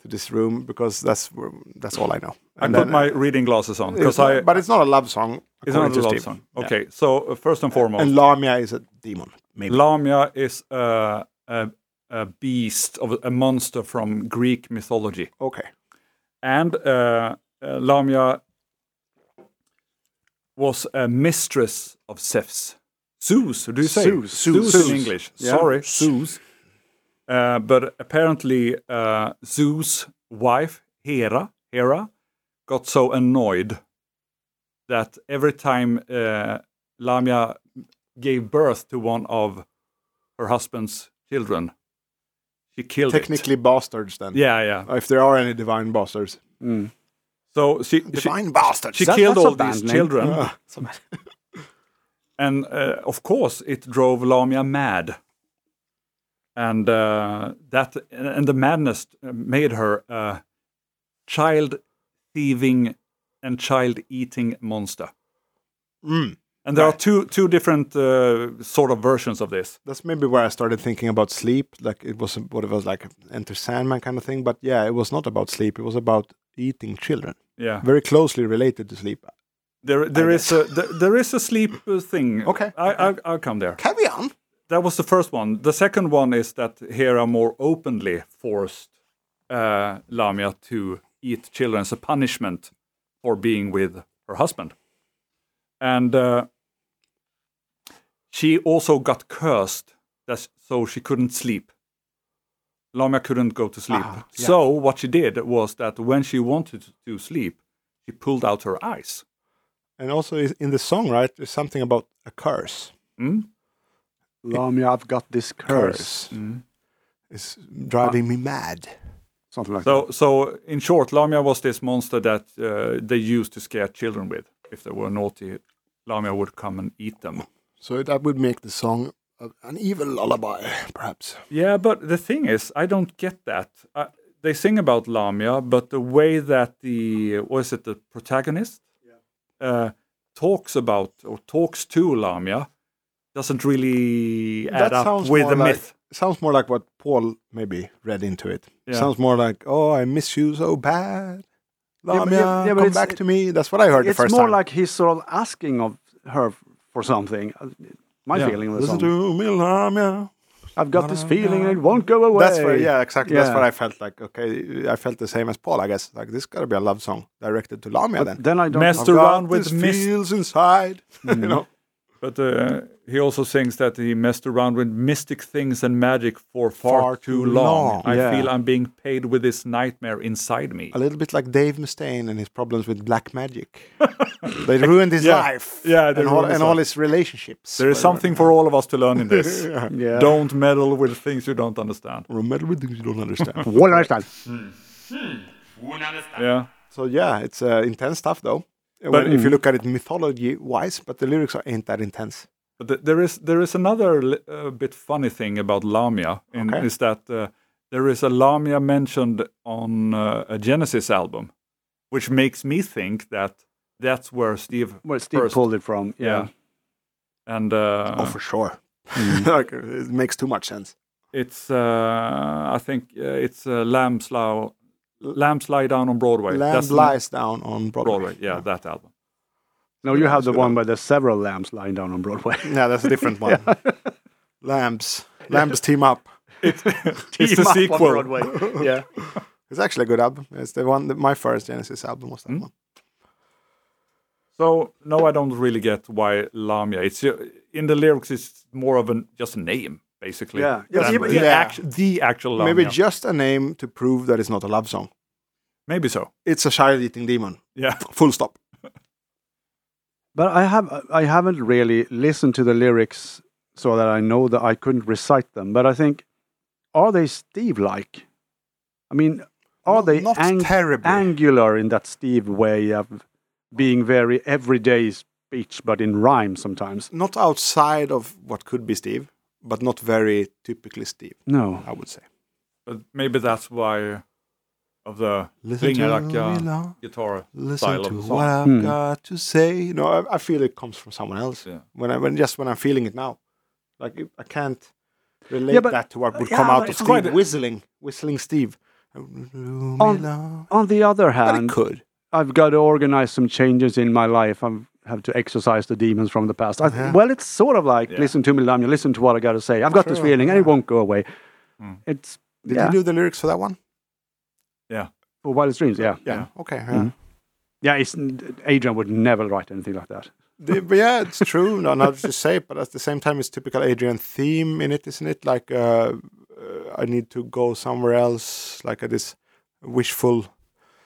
D: to this room because that's where, that's all I know
F: I
D: And
F: put
D: then-
F: my reading glasses on
D: uh, it's
F: because
D: not-
F: I.
D: but it's not a love song
F: It's not
D: according
F: a
D: to
F: love
D: Steve.
F: song. Okay, so uh, first and foremost,
D: And Lamia is a demon, maybe.
F: Lamia is a, a, a beast, of a monster from Greek mythology.
D: okay.
F: And uh, uh, Lamia was a mistress of Zeus. Zeus, do you say?
E: Zeus.
F: Zeus,
E: Zeus.
F: in English.
E: Yeah.
F: Sorry, Zeus. Uh, but apparently, uh, Zeus' wife, Hera, Hera, got so annoyed that every time uh, Lamia gave birth to one of her husband's children, she killed it.
D: Technically bastards then.
F: Yeah, yeah.
D: If there are any divine bastards.
F: So she she,
D: Divine bastards.
F: she
E: That-
F: killed
E: that's a
F: all these
E: band name.
F: children,
D: Ah,
F: and uh, of course it drove Lamia mad. And uh, that and the madness made her uh, child thieving and child eating monster.
D: mm.
F: And there are two two different uh, sort of versions of this.
D: That's maybe where I started thinking about sleep. Like it was what it was like Enter Sandman kind of thing. But yeah, it was not about sleep. It was about eating children.
F: Yeah,
D: Very closely related to sleep.
F: there there is a there, there is a sleep uh, thing.
D: Okay.
F: I, I I'll come there.
D: Carry on.
F: that was the first one. The second one is that here are more openly forced uh, Lamia to eat children as a punishment for being with her husband. And uh, she also got cursed, that's, so she couldn't sleep. Lamia couldn't go to sleep. So what she did was that when she wanted to sleep, she pulled out her eyes.
D: And also is- in the song, right? There's something about a curse.
E: Lamia, I've got this curse.
D: Mm-hmm. It's driving me mad.
E: Something like
F: So, so in short, Lamia was this monster that uh, they used to scare children with. If they were naughty, Lamia would come and eat them.
G: So that would make the song uh, an evil lullaby, perhaps.
F: Yeah, but the thing is, I don't get that. Uh, they sing about Lamia, but the way that the was it the protagonist uh, talks about or talks to Lamia doesn't really add up with the
D: like,
F: myth.
D: Sounds more like what Paul maybe read into it.
F: Yeah.
D: Sounds more like, oh, I miss you so bad.
E: Yeah,
D: Lamia,
E: but- yeah, yeah, but
D: come
E: it's-
D: back to me. That's what I heard
E: that.
D: the
E: It's
D: first
E: more
D: time.
E: like he's sort of asking of her for something. My
F: Yeah.
E: feeling was
D: Listen to me, Lamia.
E: I've got this feeling and it won't go away.
D: That's what, yeah, exactly. That's
E: Yeah.
D: what I felt like. Okay, I felt the same as Paul. I guess like this got to be a love song directed to Lamia.
E: But
D: then
E: then I don't.
F: Mess-
D: I've
F: to
D: got
F: run with
D: these
F: mist. Mm-hmm.
D: feels inside. you know,
F: But uh, he also sings that he messed around with mystic things and magic for far,
D: Far
F: too
D: too
F: long.
D: long.
F: I
E: Yeah.
F: feel I'm being paid with this nightmare inside me.
D: a little bit like Dave Mustaine and his problems with black magic. they ruined his
F: Yeah.
D: life.
F: Yeah, they
D: and, all,
F: ruined his
D: and all
F: life.
D: his relationships. uh,
F: There is
D: were-
F: something for all of us to learn in this.
E: Yeah.
F: Don't meddle with things you don't understand.
D: Or meddle with things you don't understand.
E: What I understand.
F: Yeah.
D: So yeah, it's uh, intense stuff though. But if
F: mm.
D: you look at it mythology wise, but the lyrics are, ain't that intense.
F: But th- there is there is another li- uh, bit funny thing about Lamia in,
D: Okay.
F: is that uh, there is a Lamia mentioned on uh, a Genesis album, which makes me think that that's where Steve
E: Where Steve
F: first-
E: pulled it from. Yeah.
F: and uh,
D: oh, for sure.
F: Mm.
D: like, it makes too much sense.
F: It's uh, I think uh, it's uh, Lambs Lie Lambs Lie Down on Broadway.
D: Land
F: That's
D: lies down on
F: on
D: Broadway.
F: Broadway. Yeah, that album.
E: No, you have the
D: Good
E: one where there's several lambs lying down on Broadway.
D: Yeah, that's a different one. Lambs, lambs team up.
F: It's the
E: Team up on
F: sequel.
E: Broadway. yeah.
D: It's actually a good album. It's the one that my first Genesis album was that
F: Mm.
D: one.
F: So no, I don't really get why Lamia. It's uh, in the lyrics. It's more of an just a name basically.
E: Yeah.
F: than
E: Yeah,
F: the,
D: yeah.
F: act- the actual Lamia.
D: Maybe
F: Maybe,
D: just a name to prove that it's not a love song.
F: so.
D: It's a child-eating demon.
F: Yeah.
D: Full stop.
E: But I have I haven't really listened to the lyrics so that I know that I couldn't recite them. But I think are they Steve like? I mean, are
D: Not-
E: they
D: not
E: ang-
D: terribly.
E: angular in that Steve way of being very everyday speech, but in rhyme sometimes?
D: Not outside of what could be Steve, but not very typically Steve.
E: No.
D: I would say.
F: But maybe that's why of the Ringaraka guitar style of song. Hmm.
D: I've got to say. No, I, I feel it comes from someone else.
F: Yeah.
D: When I when just when I'm feeling it now, like it- I can't relate
E: Yeah, but-
D: that to what would
F: yeah,
D: come out
F: but
D: of
F: it's
D: Steve
F: quite a-
D: whistling, whistling Steve.
F: Oh.
E: On, on the other
D: but it
E: hand,
D: could.
E: I've got to organize some changes in my life. I have to exorcise the demons from the past. I, Well, it's sort of like listen to me, Lamia, listen to what I got to say. I've got this feeling and it won't go away.
D: Hmm.
E: It's
D: Did
E: yeah,
D: you do the lyrics for that one?
F: Yeah.
E: for Wildest Dreams. Yeah,
D: Yeah. Okay. Yeah.
F: Mm-hmm.
E: yeah. It's, Adrian would never write anything like that.
D: The- but yeah, it's true. No, not to say, but at the same time, it's typical Adrian theme in it, isn't it? Like, uh, uh, I need to go somewhere else. Like uh, this wishful.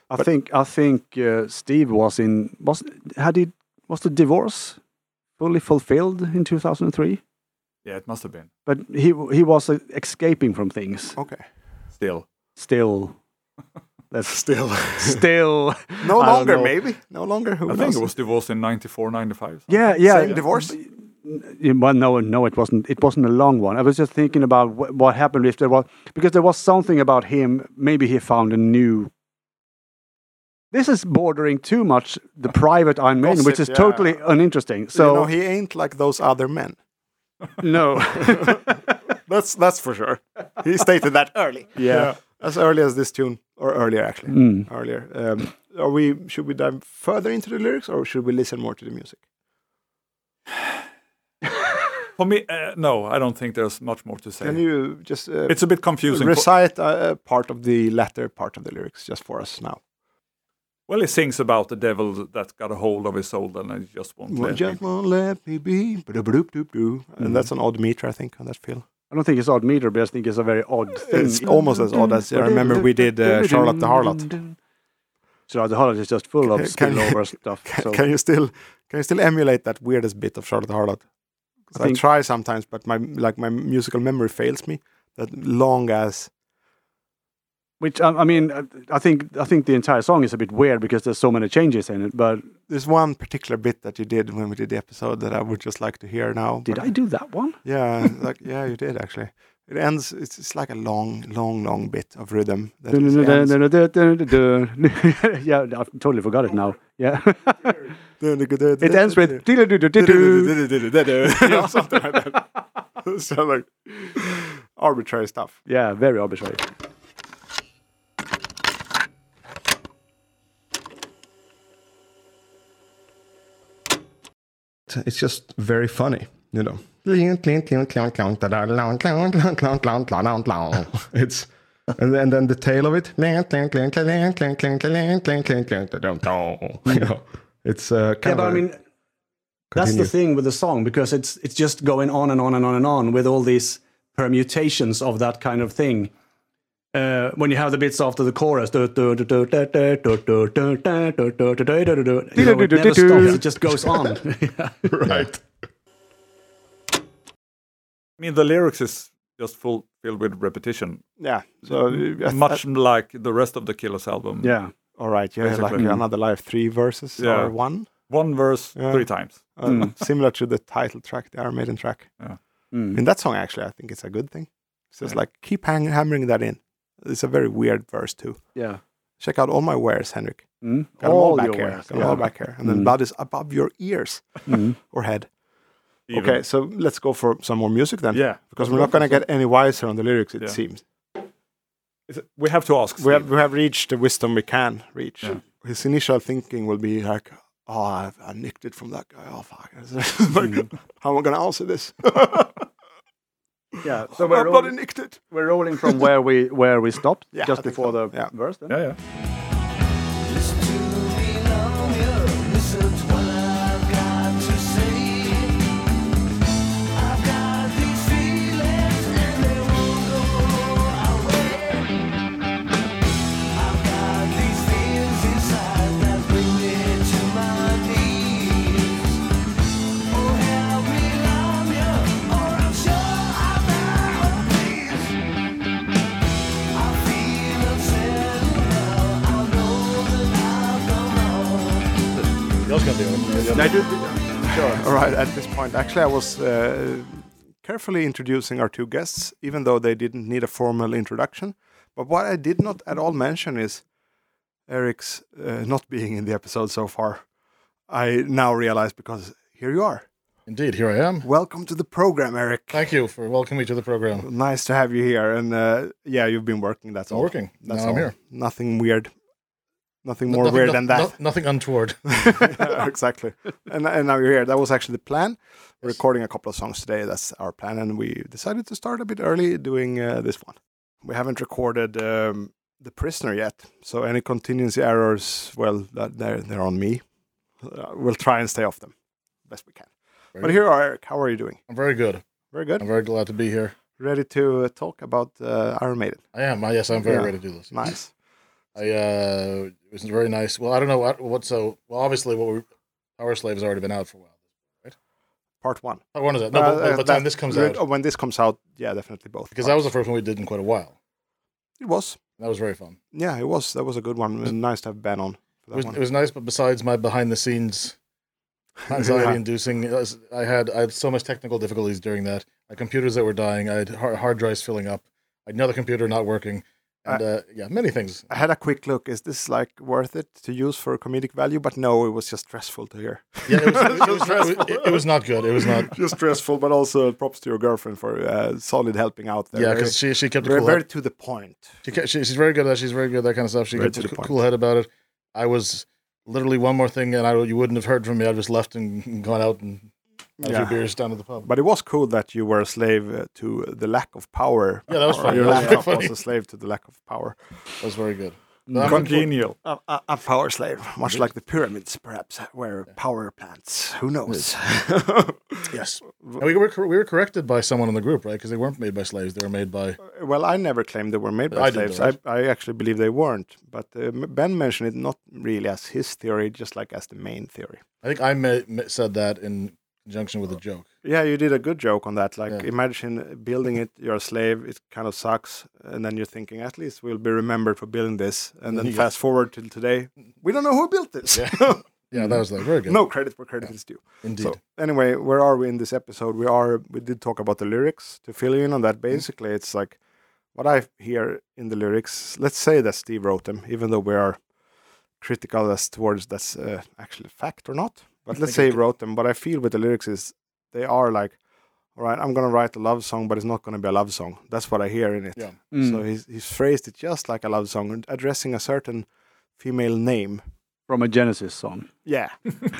E: I
D: But-
E: think I think uh, Steve was in was had he was the divorce fully fulfilled in two thousand and three,
F: Yeah, it must have been.
E: but he he was uh, escaping from things
D: Okay.
F: Still.
E: still. That's
D: Still.
E: still
D: No
E: I don't
D: longer,
E: know.
D: maybe. No longer. Who
F: I think
D: knows?
F: it was divorced in 94, 95.
E: Yeah, yeah.
D: Same divorce?
E: Yeah, Well, no, no, it wasn't. It wasn't a long one. I was just thinking about wh- what happened if there was because there was something about him. Maybe he found a new This is bordering too much the private Iron Maiden, which is
D: Gossip, yeah.
E: totally uninteresting.
D: So
E: So
D: he ain't like those other men.
E: no,
D: That's that's for sure. He stated that early.
E: yeah.
D: as early as this tune, or earlier actually, earlier. Um, are we? Should we dive further into the lyrics, or should we listen more to the music?
F: For me, uh, no, I don't think there's much more to say.
D: Can you just uh,
F: it's a bit confusing. For-
D: recite a, a part of the latter part of the lyrics just for us now?
F: Well, he sings about the devil that's got a hold of his soul and he just won't let him.
D: Just won't let me be. Ba-da-ba-doop-doop-doo. And that's an odd meter, I think, on that feel.
E: I don't think it's odd meter, but I think it's a very odd thing.
D: It's almost as odd as I remember we did uh, Charlotte the Harlot.
E: Charlotte the Harlot is just full of
D: Can-
E: spillover stuff.
D: Can,
E: So
D: can you still can you still emulate that weirdest bit of Charlotte the Harlot? 'Cause
E: I
D: I,
E: think-
D: try sometimes, but my like my musical memory fails me. That long as
E: Which I, I mean, I- I think I think the entire song is a bit weird because there's so many changes in it. But
D: there's one particular bit that you did when we did the episode that I would just like to hear now.
E: did
D: but-
E: I do that one?
D: Yeah, like yeah, you did actually. It ends. It's, it's like a long, long, long bit of rhythm. That just ends.
E: yeah, I've totally forgot it now. Yeah, it ends with
D: something like that. So like arbitrary stuff.
E: yeah, very arbitrary.
H: it's just very funny, you know. It's and then, and then the tail of it, you know, it's uh, kind
I: Yeah,
H: of
I: but I
H: a-
I: mean, that's the
H: continue.
I: thing with the song because it's it's just going on and on and on and on with all these permutations of that kind of thing. Uh, when you have the bits after the chorus, you know, it never stops. It just goes on.
H: right.
F: I mean, the lyrics is just full filled with repetition,
D: Yeah. So uh, I-
F: much like the rest of the Killers album.
E: Yeah,
D: All right, yeah,
F: Basically.
D: like another life, three verses
F: Yeah.
D: or one,
F: One verse
D: Yeah.
F: three times.
D: uh, similar to the title track, the Iron Maiden track.
F: Yeah.
D: In that song, actually, I think it's a good thing. It's just like keep hang- hammering that in. It's a very weird verse too.
E: yeah.
D: Check out all my wares, Henrik.
E: Mm.
D: Got 'em all,
E: All
D: back
E: your
D: here.
E: wares,
D: Got 'em
E: yeah.
D: all back here, and then blood is above your ears or head.
F: even.
D: Okay, so let's go for some more music then.
F: Yeah.
D: because we're not going to get any wiser on the lyrics. It
F: Yeah.
D: seems
F: Is it- we have to ask.
D: we have
F: Steve.
D: we have reached the wisdom we can reach. His initial thinking will be like, "Oh, I've, I nicked it from that guy. Oh, fuck! like,
F: Mm-hmm.
D: How am I going to answer this?
E: Yeah, so
D: So
E: we're
D: I bloody
E: rolling,
D: nicked it."
E: we're rolling from where we where we stopped
D: Yeah,
E: just
D: I think
E: before
D: so.
E: the
D: Yeah.
E: verse. Then.
F: Yeah, yeah.
B: Oh,
D: All right. At this point, actually, I was uh, carefully introducing our two guests, even though they didn't need a formal introduction. But what I did not at all mention is Eric's uh, not being in the episode so far. I now realize because here you are.
J: Indeed, here I am.
D: Welcome to the program, Eric.
J: Thank you for welcoming me to the program.
D: Nice to have you here. And uh, yeah, you've been working. That's
J: I'm
D: all.
J: working.
D: That's
J: Now
D: all.
J: I'm here.
D: Nothing weird. Nothing more
J: Nothing-
D: weird
J: no-
D: than that.
J: no- nothing untoward.
D: Yeah, exactly. And, and now you're here. That was actually the plan. We're recording a couple of songs today. That's our plan. And we decided to start a bit early doing uh, this one. We haven't recorded um, The Prisoner yet. So any contingency errors, well, that, they're, they're on me. Uh, we'll try and stay off them best we can.
J: Very
D: But here are Eric. How are you doing?
J: I'm very good.
D: Very
J: I'm
D: good.
J: very glad to be here.
D: Ready to uh, talk about uh, Iron Maiden.
J: I am. I, yes, I'm very
D: Yeah.
J: ready to do this.
D: Nice.
J: I uh, it was very nice. Well, I don't know what, what so. Well, obviously, what we Power Slave has already been out for a while.
D: Part one.
J: How one is that? No, but- but
D: Uh,
J: by
D: uh,
J: the time
D: that-
J: this comes
D: re-
J: out,
D: When this comes out, yeah, definitely both.
J: because that was the first one we did in quite a while.
D: it was.
J: That was very fun.
D: Yeah, it was. That was a good one. and Nice to have Ben on. for
J: It
D: that
J: was,
D: one.
J: it was nice, but besides my behind the scenes anxiety-inducing, it was- I had I had so much technical difficulties during that. I had computers that were dying. I had hard, hard drives filling up. I had another computer not working. and uh, yeah, many things.
D: I had a quick look. Is this like worth it to use for comedic value? But no, it was just stressful to hear.
J: Yeah, it was, it, was, it, was, it was not good. It was not.
D: just stressful, but also props to your girlfriend for uh, solid helping out there.
J: Yeah, because she she kept a
D: very,
J: cool.
D: very
J: Head.
D: to the point.
J: She, kept- she- she's very good at that. She's very good at that kind of stuff. She
D: Very
J: kept
D: to
J: a
D: the
J: cool-
D: point.
J: cool head about it. I was literally one more thing, and I you wouldn't have heard from me. I just left and gone out and had a
D: Yeah.
J: few beers down to the pub.
D: But it was cool that you were a slave uh, to the lack of power.
J: Yeah, that was
D: Or
J: funny.
D: Your
J: That was
D: laptop
J: funny.
D: was a slave to the lack of power.
J: That was very good. But I'm-
F: Congenial.
D: A, power slave, much like the pyramids, perhaps, were power plants. Who knows?
J: Yes, And Uh, we were cor- we were corrected by someone in the group, right? Because they weren't made by slaves; they were made by
D: well, I never claimed they were made by
J: I didn't
D: slaves.
J: know
D: I, I actually believe they weren't. But uh, M- Ben mentioned it not really as his theory, just like as the main theory.
J: I think I ma- ma- said that in conjunction with a joke.
D: Yeah, you did a good joke on that. Like,
J: Yeah.
D: imagine building it, you're a slave, it kind of sucks. And then you're thinking, at least we'll be remembered for building this. And then
J: Yeah.
D: fast forward till today, we don't know who built this.
J: Yeah, that was like very good.
D: Mm-hmm. no credit where credit is due.
J: indeed.
D: So anyway, where are we in this episode? We are we did talk about the lyrics to fill you in on that. Basically, it's like what I hear in the lyrics. Let's say that Steve wrote them, even though we are critical as towards that's uh, actually fact or not. But let's say he wrote them. What I feel with the lyrics is they are like, all right, I'm gonna write a love song, but it's not gonna be a love song. That's what I hear in it.
J: Yeah.
D: So he's he's phrased it just like a love song, addressing a certain female name.
E: From a Genesis song.
D: Yeah.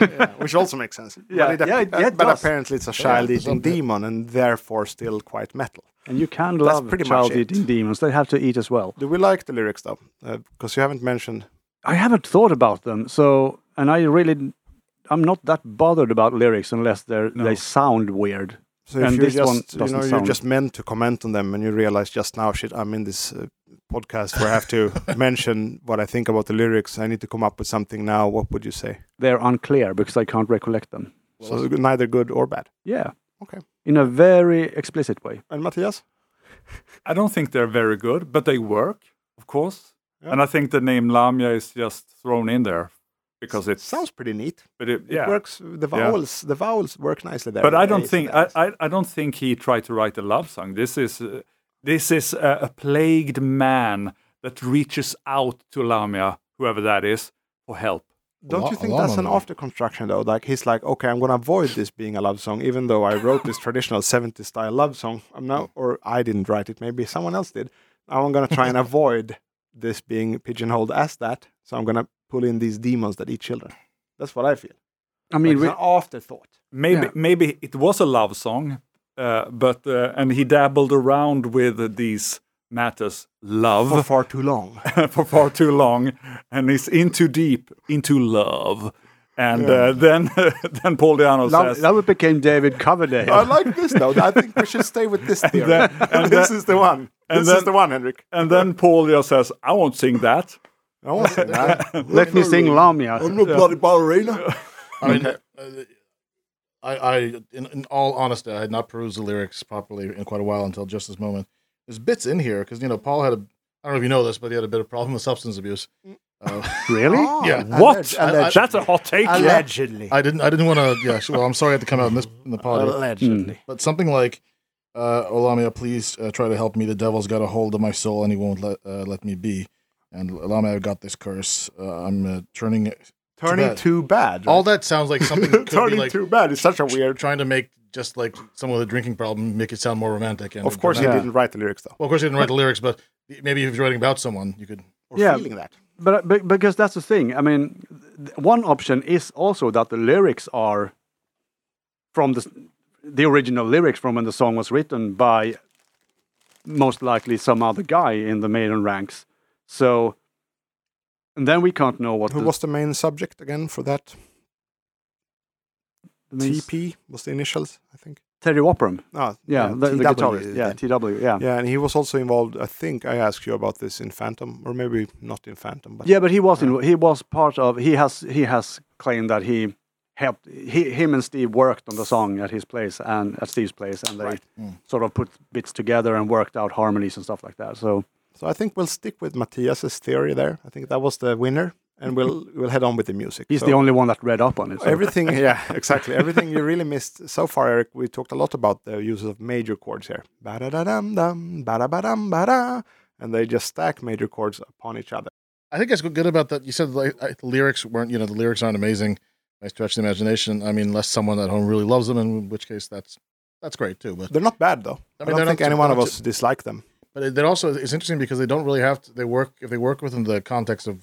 D: Yeah, which also makes sense.
E: Yeah,
D: but it,
E: yeah, it- yeah, it
D: but
E: does.
D: apparently it's a child-eating
J: something.
D: demon and therefore still quite metal.
E: And you can
D: That's
E: love
D: pretty much
E: child-eating
D: it.
E: demons. They have to eat as well.
D: Do we like the lyrics though? Because you haven't mentioned.
E: I haven't thought about them. So, and I really, I'm not that bothered about lyrics unless they are they sound weird.
D: So if
E: And
D: you're
E: this one
D: just, you
E: doesn't
D: know, you're
E: sound-
D: just meant to comment on them, and you realize just now, shit, I'm in this uh, podcast where I have to mention what I think about the lyrics. I need to come up with something now. What would you say?
E: They're unclear because I can't recollect them.
D: so neither good or bad.
E: Yeah.
D: Okay.
E: In a very explicit way.
D: And Matthias,
F: I don't think they're very good, but they work, of course. And I think the name Lamia is just thrown in there because it
D: sounds pretty neat.
F: But it, yeah.
D: It works. The vowels, the vowels work nicely there.
F: But I don't
D: Is
F: think I,
D: that-
F: I, I don't think he tried to write a love song. This is uh, this is a, a plagued man that reaches out to Lamia, whoever that is, for help.
D: Don't
J: Lo-
D: you
J: a
D: think
J: lot
D: that's
J: on
D: an
J: them.
D: after construction though? Like he's like, okay, I'm gonna avoid this being a love song, even though I wrote this traditional 70s style love song. I'm now, or I didn't write it. Maybe someone else did. Now I'm gonna try and avoid this being pigeonholed as that. So I'm gonna pull in these demons that eat children. That's what I feel.
E: I mean,
D: Like,
E: we,
D: it's an afterthought.
F: Maybe
E: Yeah.
F: maybe it was a love song, uh, but uh, and he dabbled around with these matters, love
D: For far too long.
F: for far too long, and he's in too deep into love. And uh, then then Paul Diano
E: that,
F: says,
E: that would became David Coverdale.
D: I like this though. I think we should stay with this theory.
F: then- and
D: this
F: then-
D: is the one.
F: and
D: This is
F: then-
D: the one, Henrik.
F: and then Paul just says, "I won't sing that."
D: I won't say that.
E: Let me sing Lamia.
G: I'm no bloody ballerina.
J: I mean, uh, I, I in, in all honesty, I had not perused the lyrics properly in quite a while until just this moment. There's bits in here because you know Paul had a. I don't know if you know this, but he had a bit of problem with substance abuse. Uh,
E: Really?
J: yeah,
F: What?
J: alleged-
F: That's a hot take.
D: Oh, Allegedly.
J: I didn't. I didn't want to. Yeah. Well, I'm sorry I had to come out in this in the pod.
D: Uh, Allegedly.
E: Hmm.
J: But something like, uh, Olamia, please uh, try to help me. The devil's got a hold of my soul and he won't let uh, let me be. And Olamia, I've got this curse. Uh, I'm uh, turning.
D: Turning
J: bad.
D: too bad.
J: All that sounds like something that could be
D: Turning
J: like
D: too bad. It's such a
J: we're
D: weird.
J: trying to make just like someone with a drinking problem make it sound more romantic. And
D: Of course, he
J: dramatic.
D: didn't write the lyrics though.
J: Well, of course, he didn't write the lyrics, but maybe if he's writing about someone, you could.
D: Or
E: Yeah.
D: feeling that.
E: But, but because that's the thing. I mean, th- one option is also that the lyrics are from the s- the original lyrics from when the song was written by most likely some other guy in the maiden ranks. So, and then we can't know what
D: Who
E: the,
D: was the main subject again for that?
E: the main s-
D: TP was the initials, I think.
E: Terry Woperum.
D: Ah,
E: Yeah, the, the
D: TW,
E: guitarist. Yeah, TW. Yeah. yeah.
D: Yeah, and he was also involved. I think I asked you about this in Phantom, or maybe not in Phantom, but
E: but he was in, he was part of. He has he has claimed that he helped he, him and Steve worked on the song at his place and at Steve's place, and they
D: Right.
E: sort of put bits together and worked out harmonies and stuff like that. So
D: So I think we'll stick with Matthias's theory there. I think that was the winner, and we'll we'll head on with the music.
E: he's
D: So-
E: the only one that read up on it. so-
D: Everything, yeah, exactly. Everything you really missed so far, Eric. We talked a lot about the uses of major chords here. Ba-da-da-dum-dum, ba-da-ba-dum-ba-da. and they just stack major chords upon each other.
J: I think that's good about that. You said like uh, the lyrics weren't, you know, the lyrics aren't amazing by stretch of the imagination. I mean, unless someone at home really loves them, in which case that's that's great too. But
D: They're not bad though.
J: I
D: I,
J: mean, they're
D: don't think
J: not-
D: any one of
J: they're not
D: us dislike them.
J: but it, they're also it's interesting because they don't really have to. They work if they work within the context of.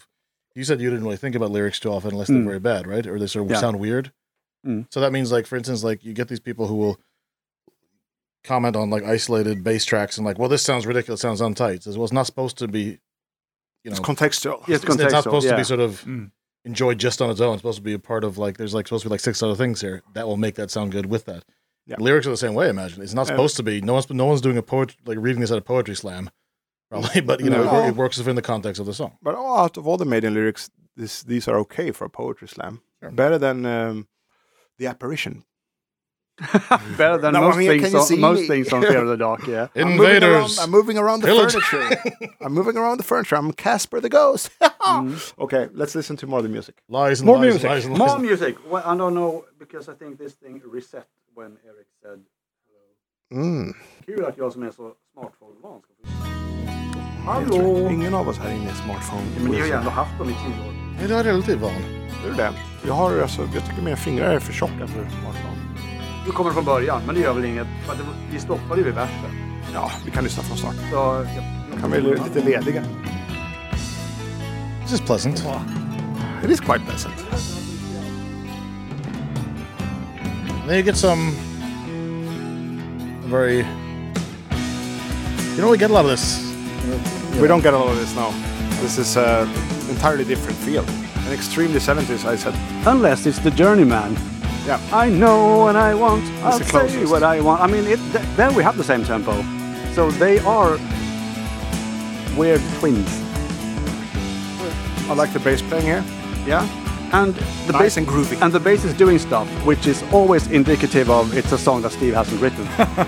J: You said you didn't really think about lyrics too often unless they're
E: Mm.
J: very bad, right? Or they sort of
E: Yeah.
J: sound weird.
E: Mm.
J: So that means, like for instance, like you get these people who will comment on like isolated bass tracks and like, well, this sounds ridiculous, sounds untight. Says, well, it's not supposed to be. You know,
D: It's contextual.
E: Yes,
J: it's, it's
E: contextual,
J: not supposed to
E: yeah.
J: be sort of
F: Mm.
J: enjoyed just on its own. It's supposed to be a part of like there's like supposed to be like six other things here that will make that sound good with that.
D: Yeah.
J: Lyrics are the same way. I imagine it's not
D: Yeah.
J: supposed to be. No one's no one's doing a poet like reading this at a poetry slam, probably. But you know it,
D: No.
J: wor- it works within the context of the song.
D: But all out of all the Maiden lyrics, this, these are okay for a poetry slam.
J: Sure.
D: Better than um, the apparition.
E: Better than
D: No, I
E: most,
D: mean, can
E: things
D: you
E: on,
D: see
E: most
D: me?
E: things on Fear of the Dark, yeah.
D: I'm moving, around,
J: Invaders.
D: I'm moving around the
J: Pillage.
D: furniture. I'm moving around the furniture. I'm Casper the Ghost.
J: Mm-hmm.
D: Okay, let's listen to more of the music.
J: Lies and
D: More
J: lies, and
D: music.
J: lies and lies.
E: More music. Well, I don't know, because I think this thing reset when Eric said,
D: Mm.
E: kul att jag som är så smart från
D: Hallå! Ingen av oss här inne är smartphone.
E: Men ni har ju ändå haft dem i tio år.
J: Nej, det har jag lite van.
D: Hur är det? Jag, har, alltså, jag tycker mina fingrar är för tjocka för smartphone.
E: Du kommer från början, men det gör väl inget. För att det, vi stoppade ju vid versen.
D: Ja, vi kan lyssna från start.
E: Så, ja.
D: Kan vi bli lite lediga?
J: This is pleasant.
D: It is quite pleasant.
J: And then you get some very. You don't really get a lot of this.
D: We don't get a lot of this now. This is an entirely different feel. An extremely 70s, I said.
E: Unless it's the journeyman.
D: Yeah.
E: I know what I want. I'll
D: the
E: say
D: closest.
E: what I want. I mean, it, th- then we have the same tempo. So they are weird twins.
D: I like the bass playing here.
E: Yeah. And the
D: Nice
E: bass
D: and groovy.
E: And the bass is doing stuff, which is always indicative of it's a song that Steve hasn't written.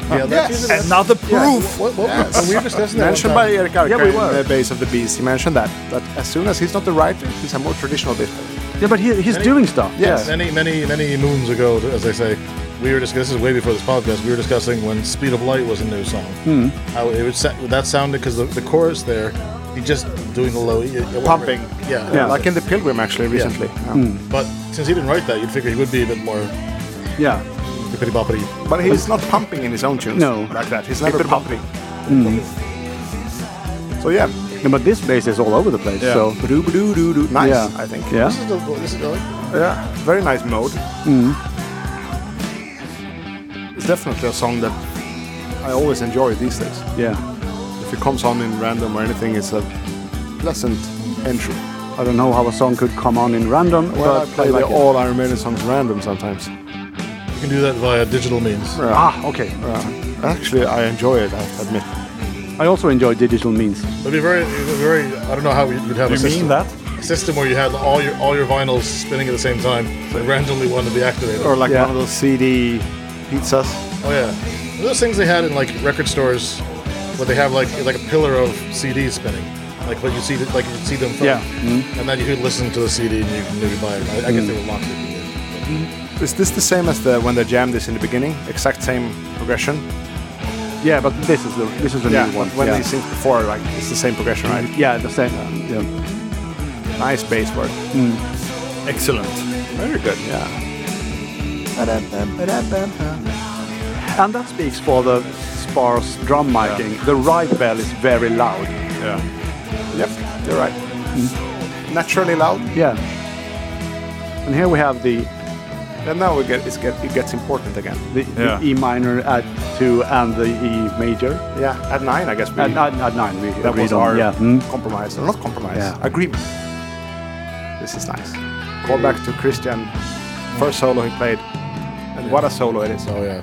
J: Yeah, that's usually-
F: Another proof.
J: What, what, yes. we were discussing that one
D: Mentioned
J: time.
D: by Eric Arca
E: Yeah, we were.
D: in the bass of the Beast. He mentioned that. That as soon as he's not the writer, he's a more traditional bass player.
E: yeah, but he, he's doing stuff.
D: Yes.
J: Many, many, many moons ago, as they say, we were discussing, this is way before this podcast, we were discussing when Speed of Light was a new song.
D: Hmm.
J: How it would, sa- that sounded, because the, the chorus there, he just doing the low. It, it
D: Pumping.
J: Yeah.
E: Yeah.
D: Like in The Pilgrim, actually, recently.
E: Mm.
D: Yeah.
J: But since he didn't write that, you'd figure he would be a bit more
E: Yeah.
J: bippity boppity.
D: But he's not pumping in his own tunes
E: No.
D: like that. He's never pumping. So yeah,
E: No, but this bass is all over the place. So
D: Ba-do-ba-do-do-do. nice.
E: Yeah.
D: I think.
E: yeah.
J: This is, the, this is the,
D: Yeah, very nice mode. It's definitely a song that I always enjoy these days.
E: Yeah.
D: If it comes on in random or anything, it's a pleasant entry.
E: I don't know how a song could come on in random,
D: Well, I
E: but
D: play
E: I like
D: the
E: it.
D: all Iron Maiden songs random sometimes.
J: you can do that via digital means.
E: Ah, okay.
D: Actually, I enjoy it. I have to admit.
E: I also enjoy digital means.
J: It'd be very, it'd be very. I don't know how you'd have a
F: You
J: system,
F: mean that?
J: system where you had all your all your vinyls spinning at the same time, and randomly one to be activated.
D: Or like
E: Yeah.
D: one of those CD pizzas.
J: Oh yeah, those things they had in like record stores, where they have like like a pillar of CDs spinning, like what you see like you see them from,
E: Yeah.
D: Mm-hmm.
J: and then you could listen to the CD and you can maybe buy it. I, I guess they were locked. if you did.
D: Is this the same as the when they jammed this in the beginning? Exact same progression.
E: Yeah, but this is the this is the
D: yeah,
E: new one.
D: when
E: yeah.
D: they sing before, like it's the same progression, right?
E: yeah, the same. Yeah.
D: Nice bass work.
F: Excellent.
D: Very good. Yeah.
E: And that speaks for the sparse drum miking. The ride bell is very loud.
D: Yep. You're right. Naturally loud.
E: Yeah. And here we have the
D: And now we get, it's get it gets important again.
E: the,
F: Yeah.
E: the E minor at two and the E major
D: Yeah. At nine, I guess. We,
E: at, at, at nine. We
D: Uh, that was
E: agreed on.
D: our
E: yeah. Mm.
D: compromise, or not compromise,
E: Yeah.
D: agreement. This is nice. Call back to Christian. First solo he played, and what a solo it is.
J: Oh yeah,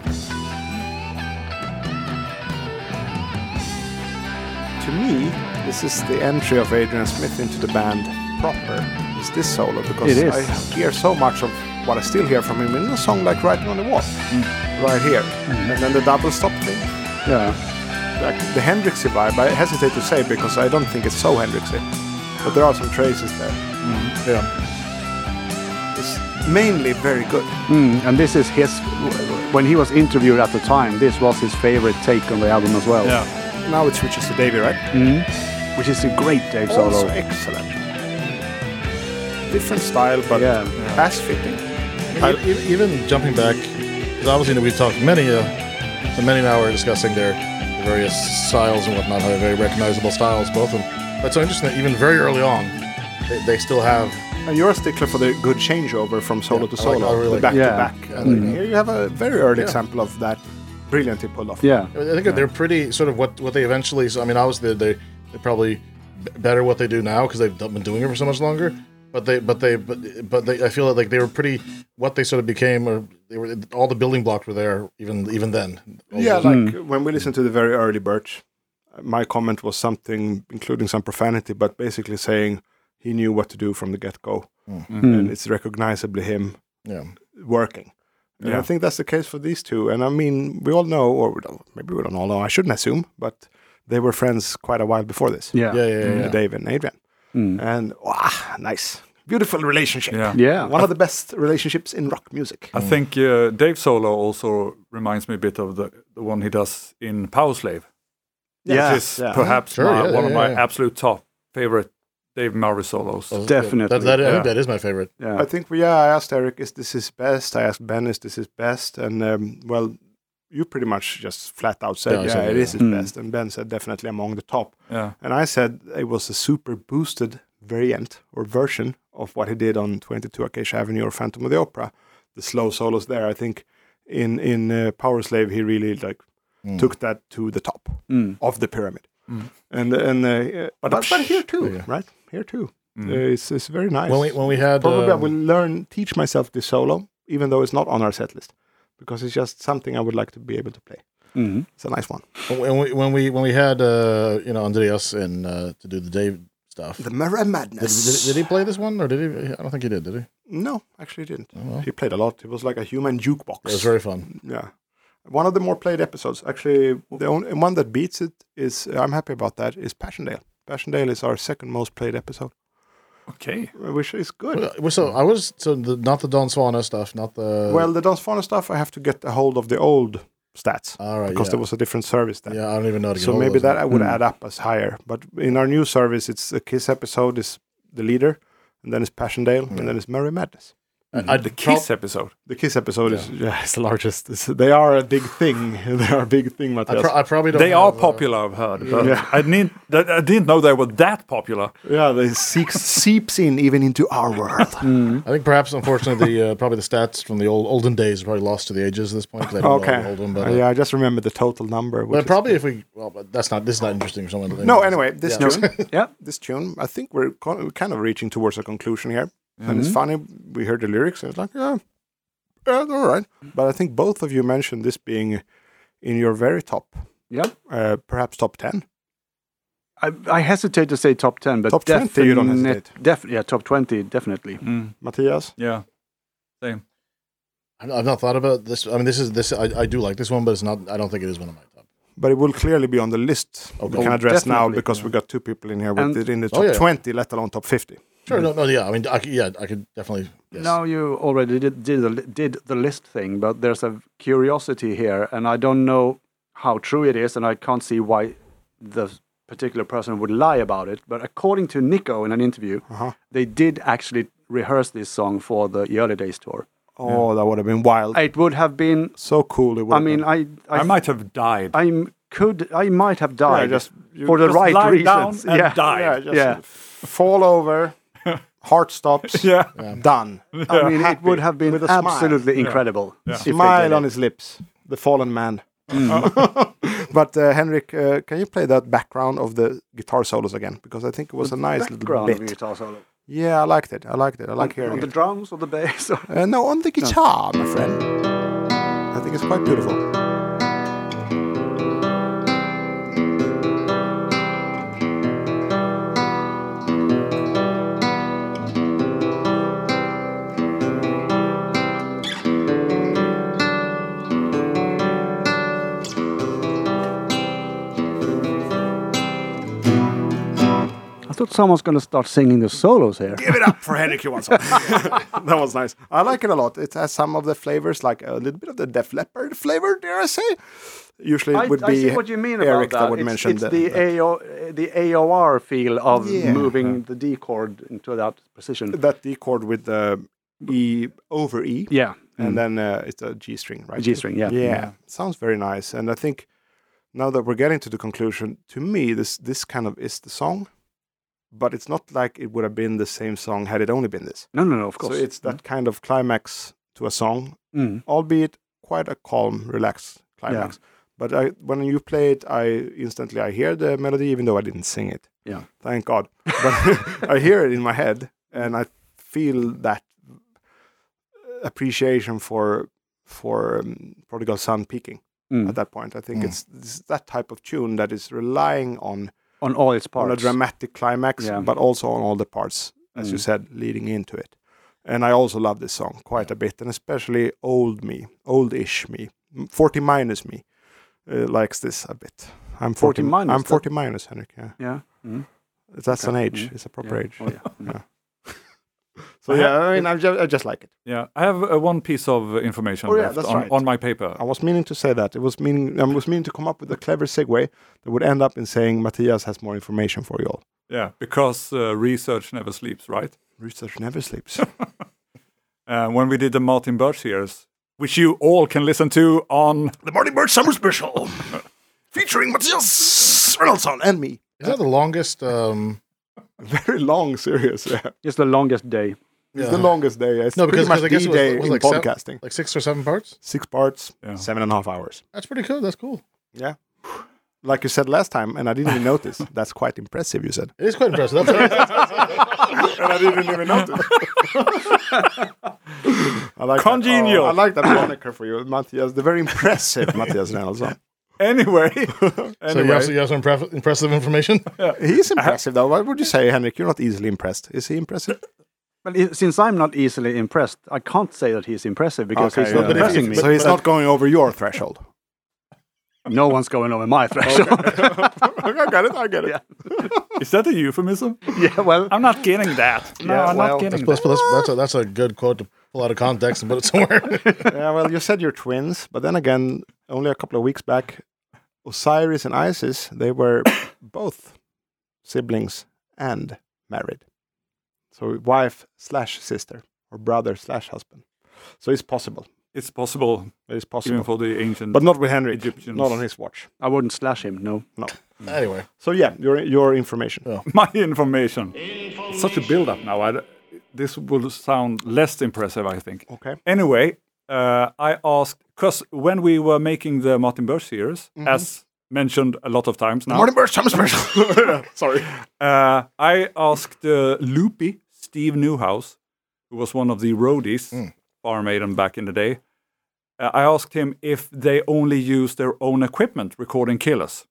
D: to me, this is the entry of Adrian Smith into the band proper. Is this solo because
E: It is.
D: I hear so much of what I still hear from him in a song like "Writing on the Wall," right here, and then the double stop thing,
E: Yeah.
D: like the Hendrixy vibe. I hesitate to say because I don't think it's so Hendrixy, but there are some traces there.
E: Mm-hmm.
J: yeah.
D: It's mainly very good.
E: Mm. And this is his. When he was interviewed at the time, this was his favorite take on the album as well.
F: Yeah.
D: Now it switches to Davey, right? Mm-hmm.
E: which is a great Dave Solo.
D: Also excellent. Different style, but
E: Yeah.
D: as fitting.
J: I, e- even jumping back, because obviously we've talked many, uh, for many an hour discussing their the various styles and whatnot, how they're very recognizable styles, both of them. But it's so interesting that even very early on, they, they still have.
D: And you're a stickler for the good changeover from solo to
J: I like-
D: solo,
J: I really
D: the
J: like
D: back
E: that.
D: to back.
J: Yeah, I
D: And
E: Mm-hmm.
J: like
D: Here you have a very early
J: Yeah.
D: example of that brilliantly pulled off.
E: Yeah.
J: I think they're pretty sort of what what they eventually. So, I mean, obviously they they probably b- better what they do now because they've been doing it for so much longer. But they, but they, but, but they, I feel like they were pretty. What they sort of became, or they were all the building blocks were there even even then.
D: Yeah, like
E: Mm-hmm.
D: when we listened to the very early Birch, uh, my comment was something, including some profanity, but basically saying he knew what to do from the get go.
E: Mm-hmm.
D: And it's recognizably him
J: yeah.
D: working. And I think that's the case for these two. And I mean, we all know, or we don't, maybe we don't all know, I shouldn't assume, but they were friends quite a while before this. Uh,
E: Yeah.
J: Yeah, yeah, yeah, yeah. Mm.
D: Dave and Adrian. And wow, nice. Beautiful relationship.
F: Yeah.
E: Yeah.
D: One of the best relationships in rock music.
F: I think uh, Dave Solo also reminds me a bit of the, the one he does in Power Slave.
E: Yeah,
F: Which is
E: yeah.
F: perhaps
J: Sure,
F: my,
J: yeah,
F: one
J: yeah,
F: of my
J: yeah. Oh.
F: absolute top favorite Dave Murray solos.
E: Definitely.
J: That, that, I
F: Yeah.
J: think that is my favorite.
E: Yeah.
D: I think, yeah, I asked Eric, is this his best? I asked Ben, is this his best? And um, well, you pretty much just flat out said,
J: Yeah, I
D: yeah,
J: said,
D: it
J: yeah.
D: is his
E: Mm.
D: best. And Ben said, definitely among the top.
F: Yeah.
D: And I said it was a super boosted variant or version of what he did on 22 Acacia Avenue or Phantom of the Opera. The slow solos there, I think in in uh, Power Slave he really like
J: Mm.
D: took that to the top
E: Mm.
D: of the pyramid. And and uh, but, but here too,
J: Yeah.
D: right? Here too.
F: Mm.
D: Uh, it's it's very nice.
J: Mm. When we when we had
D: Probably I
J: um,
D: will learn teach myself this solo even though it's not on our set list because it's just something I would like to be able to play.
E: Mm-hmm.
D: It's a nice one.
J: when we when we when we had uh, you know Andreas and uh, to do the Dave stuff.
D: The Mirror
J: did,
D: Madness.
J: did, did he play this one or did he? I don't think he did. Did he?
D: No, actually, he didn't. He played a lot. It was like a human jukebox.
J: Oh, It was very fun.
D: yeah. One of the more played episodes. Actually, the only one that beats it is, I'm happy about that, is Passchendaele. Passchendaele is our second most played episode,
F: Okay.
D: which is good.
J: Well, uh, So I was so the, not the Don Swano stuff, not the
D: well, the Dance Fauna stuff, I have to get a hold of the old stats
J: All right,
D: because
J: yeah.
D: there was a different service then.
J: yeah, I don't even know. how To get
D: So
J: hold of
D: maybe
J: those
D: that
J: now. Hmm.
D: I would add up as higher. But in our new service, it's a Kiss episode is the leader, and then it's Passchendaele,
J: Hmm.
D: and then it's Merry Madness.
F: the Kiss episode.
D: The Kiss episode is yeah, it's the largest. It's, they are a big thing. they are a big thing,
J: I,
D: Matthias.
J: pro- I probably don't.
F: They are
J: have, uh,
F: popular, I've heard. But
D: Yeah.
F: I, didn't, that- I didn't know they were that popular.
D: yeah, they seeks, seeps in even into our world.
J: I think perhaps unfortunately the uh, probably the stats from the old olden days are probably lost to the ages at this point. 'cause I don't know
D: okay.
J: the old one, but,
D: Uh,
J: uh,
D: yeah, I just remember the total number. which
J: but
D: is-
J: probably if we well, but that's not this is not interesting for someone. to think
D: no.
J: about.
D: Anyway, this
J: Yeah.
D: tune,
E: Yeah.
D: this tune. I think we're co- kind of reaching towards a conclusion here, and
J: Mm-hmm.
E: Mm-hmm.
D: it's funny. We heard the lyrics, and it's like, yeah, yeah, all right. But I think both of you mentioned this being in your very top,
E: Yep.
D: uh, perhaps top ten.
E: I, I hesitate to say top 10, but
D: Top 20, you don't hesitate.
E: Def, yeah, top 20, definitely.
D: Matthias,
F: Yeah.
J: I've I've not thought about this. I mean, this is this. I, I do like this one, but it's not. I don't think it is one of my top.
D: but it will clearly be on the list we can
E: Oh,
D: address now
E: definitely,
D: because we got two people in here with
E: And-
D: it in the top
J: Oh, yeah.
D: 20 let alone top 50
J: Sure. No. No. Yeah. I mean, I, could- yeah. I could definitely. Yes.
E: Now you already did, did, the, li- did the list thing, but there's a curiosity here, and I don't know how true it is, and I can't see why the particular person would lie about it. But according to Nico in an interview,
D: Uh-huh.
E: they did actually rehearse this song for the early days tour.
D: oh that would have been wild
E: It would have been.
D: so cool it would
E: I
D: have
E: mean,
D: been.
E: I
F: I,
E: I,
F: might have died.
E: I'm could I might have died
D: just- you
E: for the
F: just
E: right
F: lie down
E: reasons.
F: and
E: yeah.
F: die.
D: yeah, just
E: yeah.
D: fall over heart stops
F: Yeah.
D: done
E: I mean, it would have been
D: with a
E: absolutely incredible. if they
D: smile, smile
E: did
D: on
E: it.
D: his lips the fallen man
E: Mm.
D: but uh, henrik uh, can you play that background of the guitar solos again because i think it was a nice little
E: background of
D: bit
E: guitar solo.
D: yeah i liked it i liked it i like hearing
E: On the
D: it
E: drums or the bass? or-
D: Uh, no, on the guitar, my friend. I think it's quite beautiful.
E: I thought someone's going to start singing the solos here.
D: Give it up for Henrik Johansson. that was nice. I like it a lot. It has some of the flavors, like a little bit of the Def Leppard flavor, dare I say. usually
E: I,
D: it would
E: I
D: be
E: see what you mean
D: Eric
E: about that.
D: that would
E: it's
D: mention
E: it's
D: that-
E: the,
D: that.
E: AO, the AOR feel of
D: Yeah.
E: moving the D chord into that position.
D: that D chord with the E over E,
E: Yeah. mm.
D: and then uh, it's a G string, right?
E: G string, yeah.
D: yeah. sounds very nice. And I think now that we're getting to the conclusion, to me, this this kind of is the song, but it's not like it would have been the same song had it only been this.
E: No, no, no, of course.
D: So it's that kind of climax to a song,
E: Mm.
D: albeit quite a calm, relaxed climax. But I, when you play it, I instantly I hear the melody, even though I didn't sing it.
E: Yeah.
D: Thank God. But I hear it in my head, and I feel that appreciation for for um, Prodigal Son peaking
E: Mm.
D: at that point. I think it's, it's that type of tune that is relying on
E: on all its
D: on a
E: parts.
D: dramatic climax,
E: Yeah.
D: but also on all the parts, as you
E: Mm.
D: said, leading into it. And I also love this song quite a bit, and especially old me, old-ish me, m- 40 minus me, uh, likes this a bit. I'm 40,
E: 40 minus,
D: I'm
E: that-
D: 40 minus, Henrik. Yeah,
E: yeah. Mm.
D: that's an
E: Okay.
D: age.
E: Mm.
D: It's a proper
E: Yeah.
D: age.
E: Oh, yeah. Mm.
D: So yeah, I mean, I'm just, I just like it.
F: Yeah, I have uh, one piece of information
D: Oh, yeah,
F: left
D: that's
F: on,
D: right. Oh.
F: on my paper.
D: I was meaning to say that. It was meaning I was meaning to come up with a clever segue that would end up in saying Matthias has more information for you all.
F: Yeah, because uh, research never sleeps, right?
D: Research never sleeps.
F: Uh, when we did the Martin Birch years, which you all can listen to on
D: the Marty Bird Summer Special, featuring Matthias Reynoldsson and me.
J: Is that the longest? Um,
D: Very long series. Yeah.
E: It's the longest day.
D: It's
J: Yeah.
D: the longest day. It's
J: No,
D: pretty
J: because,
D: much
J: because I guess
D: the
J: it was,
D: day
J: was
D: in
J: like seven-
D: podcasting.
J: like six or seven parts.
D: Six parts,
F: Yeah.
D: seven and a half hours.
J: That's pretty cool. That's cool.
D: Like you said last time, and I didn't even notice. That's quite impressive. You said,
J: It is quite impressive. That's
D: and I didn't even notice. I like that.
F: Congenial.
D: Oh, I like that moniker for you, Matthias. The very impressive Matthias Reynoldsson.
F: anyway.
J: so you
F: anyway,
J: have, some- you have some impref- impressive information.
D: He's impressive, though. What would you say, Henrik? You're not easily impressed. Is he impressive?
E: But i since I'm not easily impressed, I can't say that he's impressive because
D: Okay,
E: he's
D: yeah.
E: not
D: But if-
E: impressing me.
D: so he's not going over your threshold.
E: no one's going over my threshold.
D: I get it. I get it.
F: is that a euphemism?
E: yeah, well,
F: I'm not getting that. No,
D: well,
F: I'm not getting
J: That's,
F: that.
J: that's, that's, a, that's a good quote to pull out of context and put it somewhere.
D: Yeah, well, you said you're twins, but then again, only a couple of weeks back, Osiris and Isis, they were both siblings and married. So wife slash sister or brother slash husband. So it's possible.
F: It's possible,
D: It is
F: even
D: possible.
F: for the ancient.
D: But not with Henrik.
F: Egyptians.
D: Not on his watch.
E: I wouldn't slash him. No.
J: anyway,
D: So yeah, your your information.
F: my information. It's such a build-up now. I, this will sound less impressive, I think.
D: Okay.
F: Anyway, uh, I asked because when we were making the Martin Birch series,
D: Mm-hmm.
F: as mentioned a lot of times now,
D: Martin Birch Summer Special. Sorry.
F: uh, I asked uh, Loopy Steve Newhouse, who was one of the roadies, Bar Maiden back in the day. Uh, I asked him if they only use their own equipment recording Killers,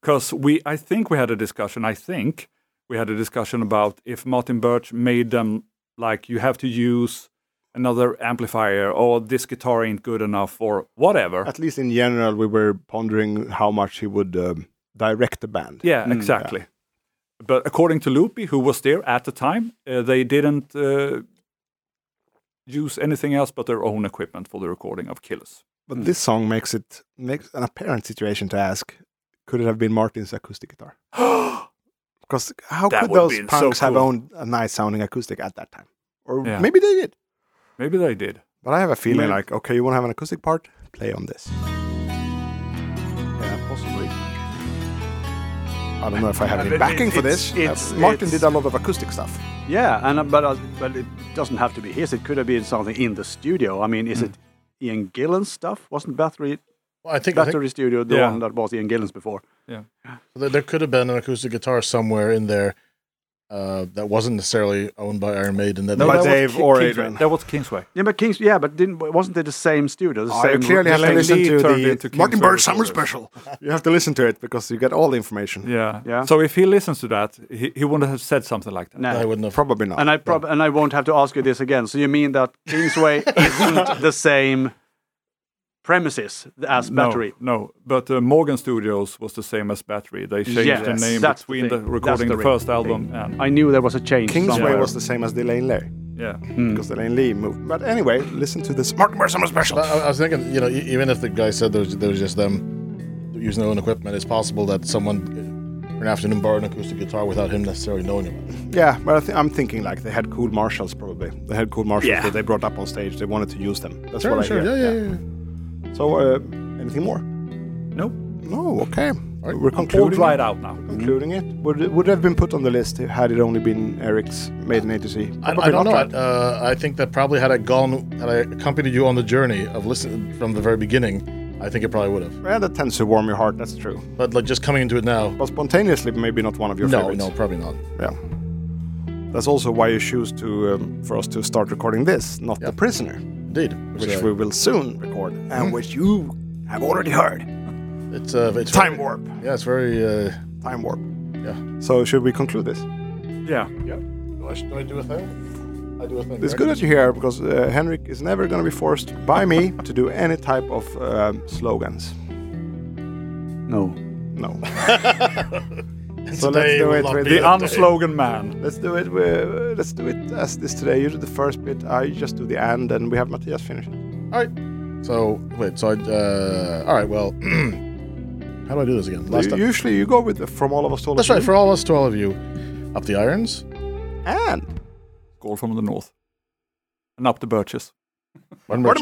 F: because we, I think we had a discussion. I think we had a discussion about if Martin Birch made them like you have to use another amplifier or this guitar ain't good enough or whatever.
D: At least in general, we were pondering how much he would um, direct the band.
E: Mm,
F: Yeah, exactly. But according to Loopy, who was there at the time, uh, they didn't uh, use anything else but their own equipment for the recording of Killers.
D: But this song makes it makes an apparent situation to ask: Could it have been Martin's acoustic guitar? Because how
F: That
D: could
F: would
D: those
F: be so
D: punks have
F: cool.
D: owned a nice sounding acoustic at that time? Or
F: Yeah.
D: maybe they did.
F: Maybe they did.
D: But I have a feeling
F: Maybe.
D: like, okay, you want to have an acoustic part? Play on this. Yeah, possibly. I don't know if I have any
E: but
D: backing
E: it's-
D: for this.
E: it's-
D: Uh, Martin
E: it's-
D: did a lot of acoustic stuff.
E: Yeah, and uh, but uh, but it doesn't have to be his. It could have been something in the studio. I mean, is it Ian Gillan's stuff? Wasn't Battery
J: well, I think, I think
E: Battery Studio the
F: Yeah.
E: one that was Ian Gillan's before?
J: there there could have been an acoustic guitar somewhere in there uh, that wasn't necessarily owned by Iron Maiden. That
D: No,
J: they-
D: By that- Dave
F: was Ki-
D: or
F: Kingsway.
D: Adrian.
F: That was Kingsway.
E: Yeah, but Kings. Yeah, but didn't wasn't they the same studio? The
D: Oh, you
E: same.
D: clearly have to
F: same
D: listen
F: lead
D: to
F: turned
D: the
F: into
D: Martin
F: Kingsway
D: Bird Summer
F: recordings.
D: Special. You have to listen to it because you get all the information.
F: Yeah.
E: Yeah.
F: So if he listens to that, he, he wouldn't have said something like that.
E: Nah.
J: I wouldn't have.
D: Probably not.
E: And I prob- and I won't have to ask you this again. So you mean that Kingsway isn't the same premises as
F: No,
E: Battery?
F: No, but uh, Morgan Studios was the same as Battery. They changed
E: Yes,
F: the name
E: that's the thing.
F: between the
E: That's
F: recording
E: the
F: the,
E: re-
F: first
E: thing.
F: album and
E: I knew there was a change.
D: Kingsway
E: somewhere.
D: was the same as Delaney Lay.
F: Yeah.
E: Mm.
D: because Elaine Lee moved. But anyway, listen to this Uh, Martin Summer special.
J: I, I was thinking, you know, e- even if the guy said there was, there was just them using their own equipment, it's possible that someone uh, for an afternoon borrowed an acoustic guitar without him necessarily knowing about it.
D: Yeah, but I thi- I'm thinking like they had cool marshals probably. They had cool marshals
I: Yeah.
D: that they brought up on stage. They wanted to use them. That's what I hear.
J: yeah, yeah, yeah.
D: So uh, anything more?
F: Nope.
D: No. Okay.
J: right.
D: We're
F: All
D: concluding.
F: dried out now.
D: Concluding it would it would have been put on the list had it only been Eric's maiden agency.
J: I, I
D: Probably
J: don't know.
D: not, right?
J: Uh, I think that probably had I gone, had I accompanied you on the journey of listening from the very beginning, I think it probably would have.
D: Yeah, that tends to warm your heart. That's true.
J: But like just coming into it now,
D: But spontaneously, maybe not one of your
J: no,
D: favorites.
J: no, probably not.
D: Yeah. That's also why you choose to um, for us to start recording this, not
J: Yeah.
D: the prisoner,
J: Indeed,
D: which
J: uh,
D: we will soon record,
J: Hmm?
D: and which you have already heard.
J: it's uh, it's
D: Time
J: very-
D: warp.
J: Yeah, it's very. Uh,
D: Time warp.
J: Yeah.
D: So should we conclude this?
F: Yeah.
J: do, I, do I do a thing? I do a thing.
D: It's
J: right?
D: good that you're here because uh, Henrik is never going to be forced by me to do any type of um, slogans.
E: No.
D: No.
J: So let's do it with
F: The unslogan man.
D: let's do it. with- uh, Let's do it as this today. You do the first bit. I just do the and, and we have Matthias finish. it.
J: All right. So wait. So I. Uh, all right. Well, how do I do this again? Last
D: You-
J: time.
D: usually you go with the, from all of us to all
J: That's
D: of
J: right.
D: you.
J: For all us to all of you, up the irons.
D: and
F: Call from the north. And up the birches.
J: One more.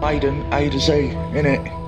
C: Maiden A to Z, innit?